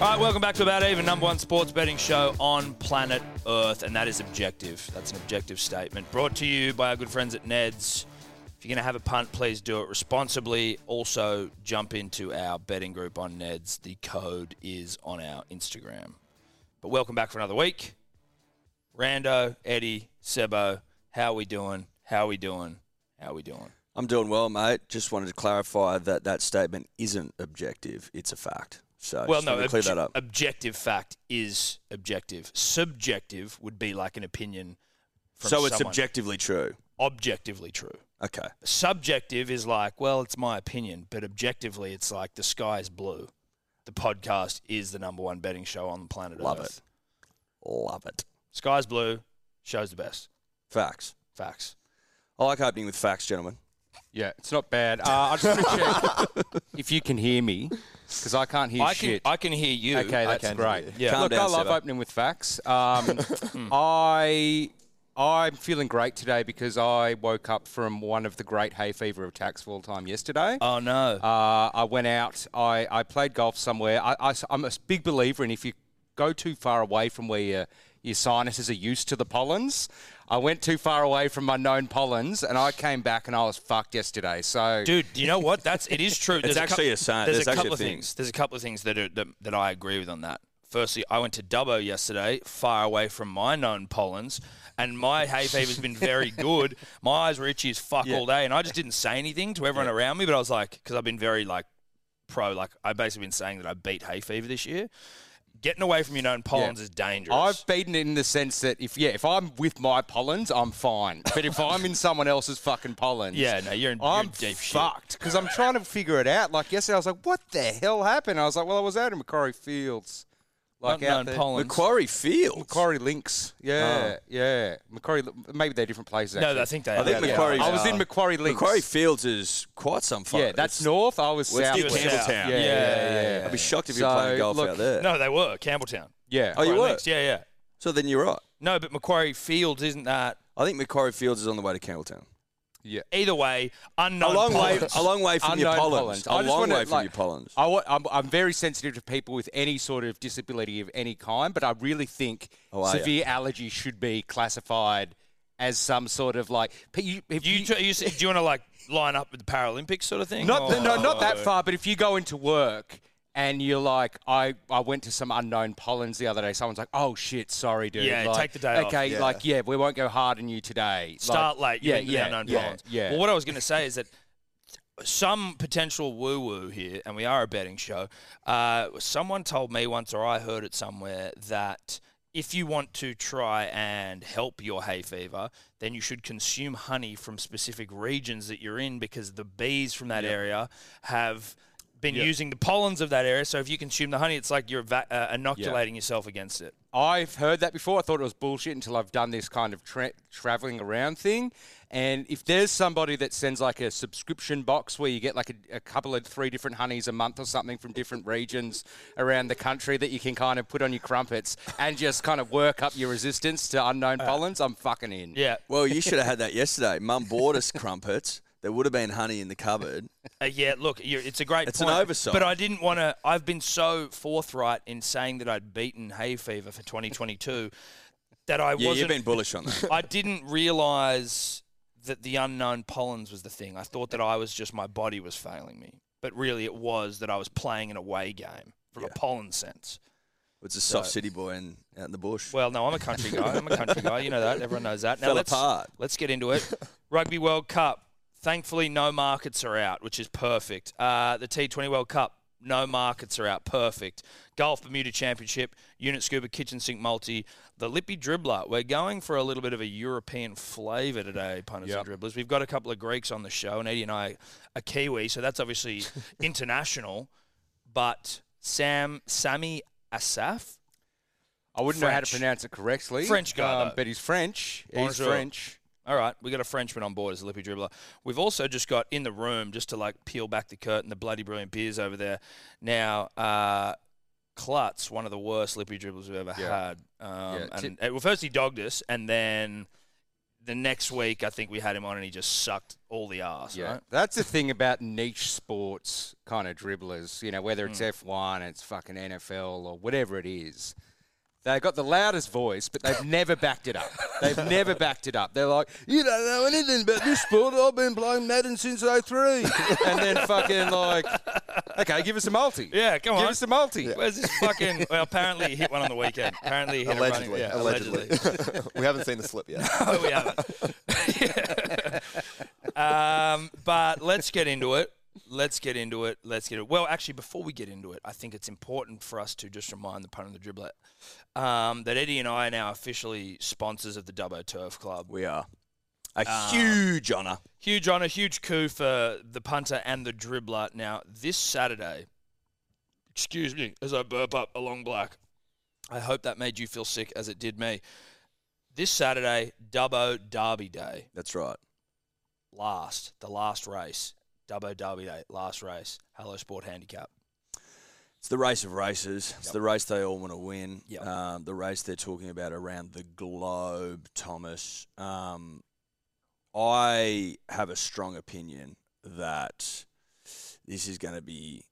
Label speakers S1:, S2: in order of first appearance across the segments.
S1: right, welcome back to About Even, number one sports betting show on planet Earth, and that is objective. That's an objective statement brought to you by our good friends at Ned's. If you're going to have a punt, please do it responsibly. Also, jump into our betting group on Ned's. The code is on our Instagram. But welcome back for another week. Rando, Eddie, Sebo, how we doing? How we doing? How we doing?
S2: I'm doing well, mate. Just wanted to clarify that that statement isn't objective; it's a fact. So,
S1: Well,
S2: just
S1: no,
S2: wanted to clear
S1: obje-
S2: that up.
S1: objective fact is objective. Subjective would be like an opinion from
S2: So it's
S1: someone.
S2: objectively true.
S1: objectively true.
S2: Okay.
S1: Subjective is like, well, it's my opinion, but objectively, it's like the sky is blue. The podcast is the number one betting show on the planet
S2: Love
S1: Earth.
S2: Love it.
S1: It. Sky's blue, shows the best.
S2: Facts.
S1: Facts.
S2: I like opening with facts, gentlemen.
S3: Yeah, it's not bad. Uh, I just want to check if you can hear me because I can't hear
S1: I can
S3: shit.
S1: I can hear you.
S3: okay, that's
S2: can
S3: great.
S2: hear you.
S1: Yeah.
S2: Calm
S3: Look,
S2: down,
S3: I love
S2: Sebo.
S3: opening with facts. Um, I I'm feeling great today because I woke up from one of the great hay fever attacks of all time yesterday.
S1: Oh no.
S3: Uh, I went out. I, I played golf somewhere. I, am a big believer in if you go too far away from where your, your sinuses are used to the pollens. I went too far away from my known pollens, and I came back and I was fucked yesterday. So,
S1: Dude, you know what? That's it is true. There's
S2: actually
S1: cou-
S2: a sign-
S1: There's,
S2: there's
S1: a
S2: actually
S1: couple
S2: a
S1: of
S2: thing.
S1: things. There's a couple of things that are that, that I agree with on that. Firstly, I went to Dubbo yesterday, far away from my known pollens, and my hay fever's been very good. My eyes were itchy as fuck all day, and I just didn't say anything to everyone around me. But I was like, because I've been very like pro, like I've basically been saying that I beat hay fever this year. Getting away from your known pollens is dangerous.
S3: I've beaten it in the sense that if yeah, if I'm with my pollens, I'm fine. But if I'm in someone else's fucking pollens,
S1: yeah, no, you're in, you're
S3: I'm
S1: in deep shit.
S3: fucked because I'm trying to figure it out. Like yesterday, I was like, "What the hell happened?" I was like, "Well, I was out in Macquarie Fields, like
S1: Not
S3: out
S1: known
S3: there,
S1: pollens. Oh.
S2: Macquarie Fields.
S3: Macquarie Links." Yeah, yeah, Macquarie. Maybe they're different places.
S1: No,
S3: Actually.
S1: I think they.
S2: I think
S1: yeah.
S2: Macquarie's-
S3: I was
S2: uh,
S3: in Macquarie Links.
S2: Macquarie Fields is quite some fun.
S3: yeah, that's
S2: It's-
S3: north. I was
S2: Well,
S3: south.
S2: it's
S1: You were
S2: Campbelltown.
S1: south.
S3: Yeah,
S1: Yeah,
S3: yeah, yeah.
S2: I'd be shocked if you were
S3: So,
S2: playing golf
S3: look-
S2: out there.
S1: No, they were Campbelltown.
S3: Yeah.
S2: Oh, you
S1: Right,
S2: were?
S1: links, Yeah, yeah.
S2: So then you're right.
S1: No, but Macquarie Fields isn't that.
S2: I think Macquarie Fields is on the way to Campbelltown.
S3: yeah.
S1: Either way,
S2: A
S1: unknown.
S2: long way,
S1: pollens.
S2: a long way from your
S3: Unknown
S2: pollens.
S3: pollens. I
S2: A
S3: just
S2: long
S3: wanna,
S2: way from
S3: like-
S2: your pollens.
S3: I want, I'm, I'm very sensitive to people with any sort of disability of any kind, but I really think
S2: Oh, are ya?
S3: severe allergy should be classified as some sort of like. pe- You, if
S1: You,
S3: you,
S1: tr- you, s- do you want to like line up with the Paralympics sort of thing?
S3: not, the- no,
S1: Or-
S3: not that far, but if you go into work and you're like, I, I went to some unknown pollens the other day, someone's like, oh shit, sorry, dude.
S1: Yeah,
S3: like,
S1: take the day off.
S3: Okay,
S2: Yeah.
S3: like, yeah, we won't go hard on you today.
S1: Start late.
S3: like,
S1: You yeah, yeah, unknown
S3: yeah,
S1: pollens.
S3: Yeah.
S1: Well, what I was going to say is that some potential woo woo here, and we are a betting show. Uh, someone told me once, or I heard it somewhere, that if you want to try and help your hay fever, then you should consume honey from specific regions that you're in because the bees from that area have been using the pollens of that area. So if you consume the honey, it's like you're va- uh, inoculating yourself against it.
S3: I've heard that before. I thought it was bullshit until I've done this kind of tra- traveling around thing. And if there's somebody that sends like a subscription box where you get like a, a couple of three different honeys a month or something from different regions around the country that you can kind of put on your crumpets and just kind of work up your resistance to unknown pollens, I'm fucking in.
S1: Uh, Yeah.
S2: Well, you should have had that yesterday. Mum bought us crumpets. There would have been honey in the cupboard.
S1: Uh, yeah, look, you're, it's a great
S2: It's an
S1: point.
S2: oversight.
S1: But I didn't want to. I've been so forthright in saying that I'd beaten hay fever for 2022 that I
S2: Yeah, you've
S1: wasn't.
S2: been bullish on that.
S1: I didn't realize that the unknown pollens was the thing. I thought that I was just my body was failing me, but really it was that I was playing an away game from a pollen sense.
S2: It's a soft city boy in, out in the bush.
S1: Well, no, I'm a country guy. I'm a country guy. You know that. Everyone knows that. Now
S2: Fell
S1: let's
S2: apart.
S1: let's get into it. Rugby World Cup. Thankfully, no markets are out, which is perfect. Uh, the T20 World Cup. No markets are out. Perfect. Golf Bermuda Championship. Unit Scuba Kitchen Sink Multi. The Lippy Dribbler. We're going for a little bit of a European flavour today, punters
S3: Yep.
S1: and dribblers. We've got a couple of Greeks on the show, and Eddie and I are Kiwi, so that's obviously international. But Sam, Sammy Asaf,
S3: I wouldn't know how to
S1: French.
S3: pronounce it correctly. uh,
S1: French guy, though.
S3: but he's French. He's
S1: Bonjour.
S3: French.
S1: All right, we got a Frenchman on board as a lippy dribbler. We've also just got in the room, just to like peel back the curtain, the bloody brilliant beers over there. Now, uh, Klutz, one of the worst lippy dribblers we've ever
S3: Yeah.
S1: had. Um,
S3: Yeah,
S1: and, uh, well, first he dogged us, and then the next week, I think we had him on and he just sucked all the ass.
S3: Yeah,
S1: Right?
S3: that's the thing about niche sports kind of dribblers. You know, whether
S1: Hmm.
S3: it's F1, it's fucking NFL or whatever it is. They've got the loudest voice, but they've never backed it up. They've never backed it up. They're like, you don't know anything about this sport. I've been playing Madden since 03. and then fucking like, okay, give us a multi.
S1: Yeah, come
S3: Give
S1: on.
S3: us a multi.
S1: Where's this fucking? Well, apparently he hit one on the weekend. Apparently he hit a running-
S4: Allegedly,
S1: yeah,
S4: allegedly. we haven't seen the slip yet.
S1: No, we haven't. um, but let's get into it. Let's get into it. Let's get it. Well, actually, before we get into it, I think it's important for us to just remind the pun and the dribbler um, that Eddie and I are now officially sponsors of the Dubbo Turf Club.
S2: We are a huge honour.
S1: Huge honour, huge coup for the punter and the dribbler. Now, this Saturday, excuse me as I burp up a long black. I hope that made you feel sick as it did me. This Saturday, Dubbo Derby Day,
S2: That's right.
S1: last, the last race. Dubbo Derby Day, last race. Hello Sport Handicap.
S2: It's the race of races. It's the race they all want to win.
S1: Yep.
S2: Um, the race they're talking about around the globe, Thomas. Um, I have a strong opinion that this is going to be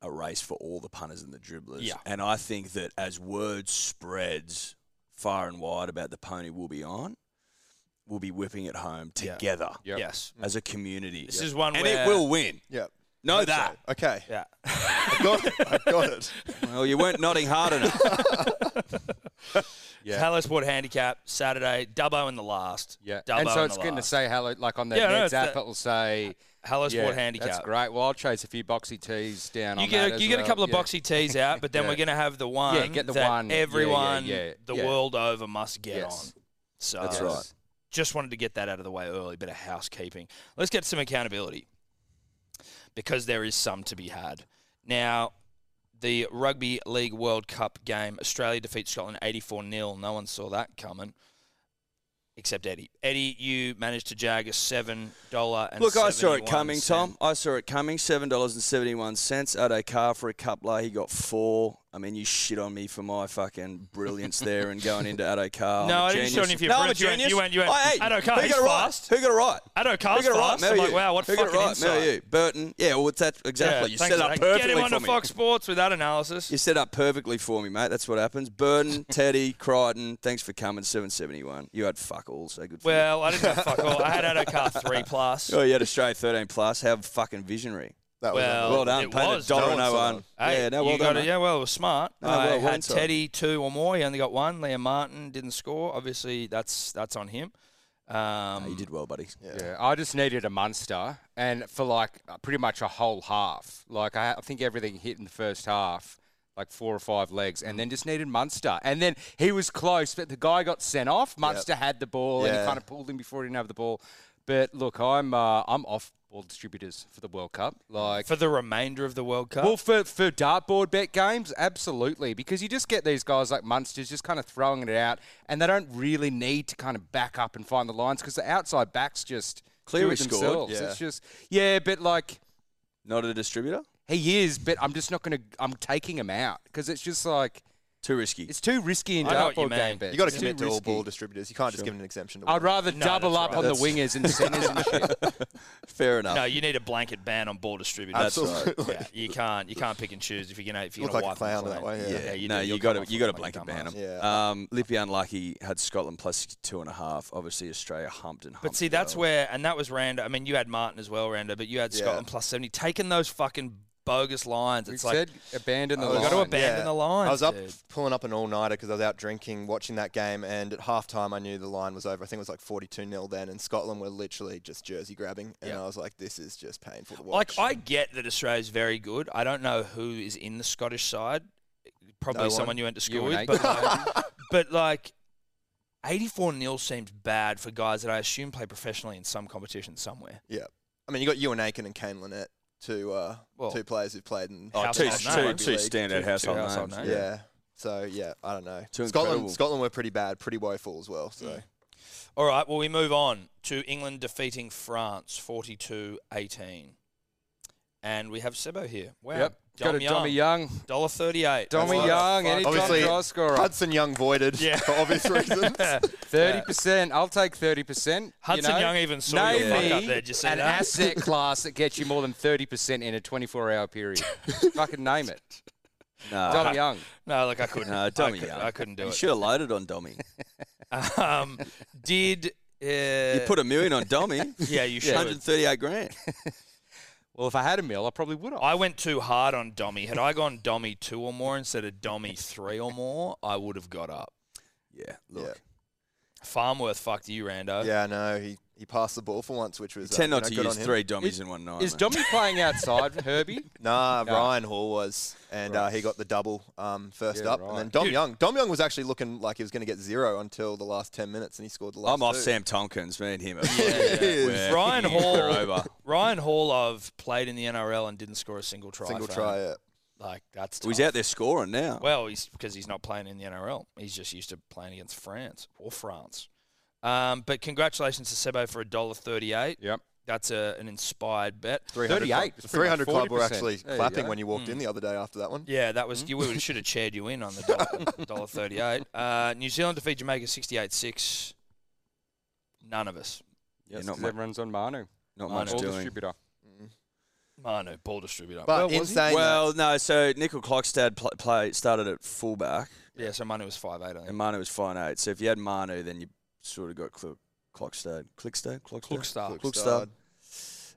S2: a race for all the punters and the dribblers.
S1: Yeah.
S2: And I think that as word spreads far and wide about the pony we'll be on, we'll be whipping it home
S1: Yeah.
S2: together
S3: Yep.
S1: Yes.
S2: as a community.
S1: This is one
S2: and
S1: where
S2: it will win.
S4: Yeah.
S2: Know that.
S4: Okay.
S1: Yeah.
S4: I got it. I got it.
S2: Well, you weren't nodding hard enough.
S3: Yeah.
S1: Hello Sport Handicap, Saturday, Dubbo and the last.
S3: Yeah,
S1: Dubbo
S3: and so
S1: and
S3: it's
S1: the
S3: going to
S1: last.
S3: say hello, like on the
S1: Yeah,
S3: yeah,
S1: no, it's
S3: app,
S1: the-
S3: it'll say
S1: Hello Sport
S3: yeah,
S1: Handicap.
S3: That's great. Well, I'll chase a few boxy tees down.
S1: You
S3: on
S1: get
S3: that
S1: a,
S3: as
S1: you get a
S3: well.
S1: couple of
S3: Yeah.
S1: boxy tees out, but then
S3: Yeah.
S1: we're gonna have the one
S3: get the
S1: that
S3: one. Yeah, yeah,
S1: everyone
S3: yeah,
S1: the
S3: yeah.
S1: world over must get
S3: Yes.
S1: on. So
S2: That's right.
S1: Just wanted to get that out of the way early. Bit of housekeeping. Let's get some accountability because there is some to be had. Now, the Rugby League World Cup game, Australia defeats Scotland 84 0. No one saw that coming except Eddie. Eddie, you managed to jag a $7. And
S2: Look, I saw it coming, Tom. I saw it coming. Seven dollars and seventy-one cents. Ade Car for a coupler. He got four. I mean, you shit on me for my fucking brilliance there and going into Ade Car.
S1: No,
S2: I'm a
S1: I didn't shit
S2: genius.
S1: on you for your
S2: no, I'm a
S1: brilliance. You went-
S2: genius.
S1: you went- you went,
S2: Oh, hey,
S1: Ade Car,
S2: Who
S1: he's
S2: got it
S1: fast.
S2: right? Who got it right?
S1: I don't cast
S2: Who got it right?
S1: fast. I'm
S2: Mel,
S1: like,
S2: you.
S1: wow, what
S2: Who got
S1: fucking
S2: it right?
S1: insight.
S2: Mel, you. Burton. Yeah, well, it's that exactly. you
S1: thanks
S2: set
S1: for
S2: up
S1: that.
S2: perfectly
S1: Get him onto
S2: for me.
S1: Fox Sports with that analysis.
S2: You set up perfectly for me, mate. That's what happens. Burton, Teddy, Crichton. Thanks for coming. Seven seventy-one. You had fuck all. So good for you.
S1: Well, I didn't have fuck all. I had Ado Car 3 plus.
S2: Oh, you had Australia 13 plus. How fucking visionary.
S4: That was
S1: Well,
S2: Well done.
S1: Oh, it
S2: Paid
S1: was
S2: a dollar
S4: done.
S2: and oh one.
S1: Hey,
S2: yeah, no,
S1: you
S2: well
S1: got
S2: done.
S1: it.
S2: mate.
S1: Yeah, well, it was smart.
S2: No,
S1: I
S2: well, well
S1: had
S2: inside.
S1: Teddy two or more. He only got one. Liam Martin didn't score. Obviously, that's that's on him. Um,
S2: Oh, you did well, buddy.
S3: Yeah, I just needed a Munster, and for like uh, pretty much a whole half. Like I, I think everything hit in the first half, like four or five legs, and then just needed Munster. And then he was close, but the guy got sent off. Munster had the ball, and he
S4: Yeah.
S3: kind of pulled him before he didn't have the ball. But look, I'm uh, I'm off ball distributors for the World Cup. Like
S1: for the remainder of the World Cup.
S3: well, for, for dartboard bet games, absolutely, because you just get these guys like Munsters just kind of throwing it out, and they don't really need to kind of back up and find the lines because the outside backs just clear
S2: Cleary
S3: it
S2: scored,
S3: themselves.
S4: yeah.
S3: It's just yeah, but like
S2: Not a distributor?
S3: he is, but I'm just not going to. I'm taking him out because it's just like
S2: Too risky.
S3: it's too risky in
S1: I know what you
S3: dartboard
S1: mean.
S3: game bets.
S4: You got to
S3: It's
S4: commit
S3: too
S4: to all
S3: risky.
S4: ball distributors. You can't just give them an exemption to
S3: I'd
S4: one.
S3: rather
S1: No,
S3: double
S1: that's
S3: up
S1: right.
S3: on the wingers and centers and shit.
S2: Fair enough.
S1: no, you need a blanket ban on ball distributors.
S2: That's right.
S4: Absolutely.
S1: Yeah, you can't you can't pick and choose if you're gonna if you're
S4: Look
S1: gonna
S4: like a
S1: wipe them
S4: clown that
S1: clean.
S4: way, yeah.
S1: you
S2: no,
S1: do,
S2: you
S1: you'll
S2: got
S1: come
S2: to
S1: off
S2: you got to
S1: like a
S2: blanket
S1: dumbass.
S2: ban him.
S4: Yeah.
S2: Um, Lippy unlucky had Scotland plus two and a half. Obviously Australia humped and humped.
S1: But see, that's where, and that was Rando. I mean, you had Martin as well, Rando, but you had
S4: Yeah.
S1: Scotland plus 70. Taking those fucking bogus lines,
S3: We
S1: it's like,
S3: said abandon the
S4: I was-
S1: got to
S3: line.
S1: abandon the line.
S4: I was up
S1: dude.
S4: pulling up an all nighter because I was out drinking, watching that game, and at halftime I knew the line was over. I think it was like 42 0 then, and Scotland were literally just jersey grabbing, and
S1: Yeah.
S4: I was like, this is just painful to
S1: Like
S4: watch.
S1: I get that Australia's very good. I don't know who is in the Scottish side. Probably
S4: No one.
S1: someone you went to school
S3: and
S1: with, but like, but like 84 nil seems bad for guys that I assume play professionally in some competition somewhere.
S4: yeah. I mean, you got Ewan Aiken and Kane Lynette, two, uh,
S1: Well-
S4: two players who've played in.
S1: Oh,
S2: two,
S1: household
S2: two,
S1: name.
S2: two standout
S1: Two
S2: household,
S1: household
S2: names.
S1: names.
S4: yeah. So, yeah, I don't know.
S2: Two
S4: Scotland
S2: incredible- Mm.
S4: Scotland were pretty bad, pretty woeful as well. So,
S1: All right, well we move on to England defeating France 42-18. And we have Sebo here. Wow.
S3: Yep. Got
S1: Dom
S3: a Dommy Young.
S1: Dollar thirty-eight.
S3: Dommy
S4: what-
S3: Young,
S4: fuck.
S3: any
S4: Obviously,
S3: top goal scorer.
S4: Hudson Young voided
S1: Yeah.
S4: for obvious reasons.
S3: Thirty percent. I'll take thirty percent.
S1: Hudson
S3: you know?
S1: Young even saw your
S3: Name
S1: fuck up
S3: me
S1: there, did you see
S3: an
S1: that?
S3: asset class that gets you more than thirty percent in a twenty-four hour period. Fucking name it.
S2: No,
S3: Dom Young.
S1: No, look, I couldn't.
S2: no,
S1: I,
S2: Dommy
S1: could,
S2: Young.
S1: I couldn't do
S2: you
S1: it.
S2: should have loaded on Dommy.
S1: Um, did uh,
S2: You put a million on Dommy.
S1: yeah, you should.
S2: 138 grand.
S3: Well, if I had a mill, I probably would have.
S1: I went too hard on Dommy. Had I gone Dommy two or more instead of Dommy three or more, I would have got up.
S2: Yeah, look.
S1: Farmworth fucked you, Rando.
S4: yeah, I know. He, he passed the ball for once, which was.
S2: Tend
S4: uh, you
S2: not
S4: know,
S2: to
S4: good on
S2: use
S4: him.
S2: three Dommies
S3: Is-
S2: in one night.
S3: Is
S2: mate.
S3: Dommy playing outside, Herbie?
S4: Nah,
S3: No.
S4: Ryan Hall was, and uh, he got the double um, first
S3: Yeah,
S4: up,
S3: right.
S4: and then Dom
S1: Dude.
S4: Young. Dom Young was actually looking like he was going to get zero until the last ten minutes, and he scored the last.
S2: I'm off
S4: two.
S2: Sam Tompkins. Me and him. Are
S1: yeah. Ryan Hall.
S2: We're over.
S1: Ryan Hall, I've played in the NRL and didn't score a single try.
S4: Single
S1: fam.
S4: try. Yeah.
S1: Like that's
S2: Well, he's
S1: tough.
S2: out there scoring now.
S1: Well, he's because he's not playing in the NRL. He's just used to playing against France or France. Um, but congratulations to Sebo for a dollar thirty-eight.
S3: Yep.
S1: That's a, an inspired bet.
S4: 300 club. The
S3: 38, pretty much
S4: 300 club were
S3: 40%.
S4: actually
S3: There you
S4: clapping
S3: go.
S4: when you walked in the other day after that one.
S1: Hmm. Yeah, that
S3: Hmm?
S1: was you. We should have cheered you in on the dollar, dollar thirty-eight. Uh, New Zealand defeat Jamaica sixty-eight-six. None of us.
S2: Yeah,
S3: Yes,
S2: not
S3: 'cause
S2: mu-
S3: everyone's on Manu.
S2: Not
S1: I
S2: much
S1: know.
S3: Ball
S2: doing.
S3: distributor.
S1: Uh, Manu, ball distributor.
S4: Hmm. But
S3: Well,
S4: in
S3: was he?
S4: saying that,
S2: Well, no. So Nickel Clockstad pl- play started at fullback,
S1: yeah, so Manu was five-eight. I think.
S2: and Manu was fine eight. So if you had Manu, then you sort of got Cl- Clockstad, Clickstad, Clockstad,
S4: Ah,
S1: Clockstar.
S2: Clockstad.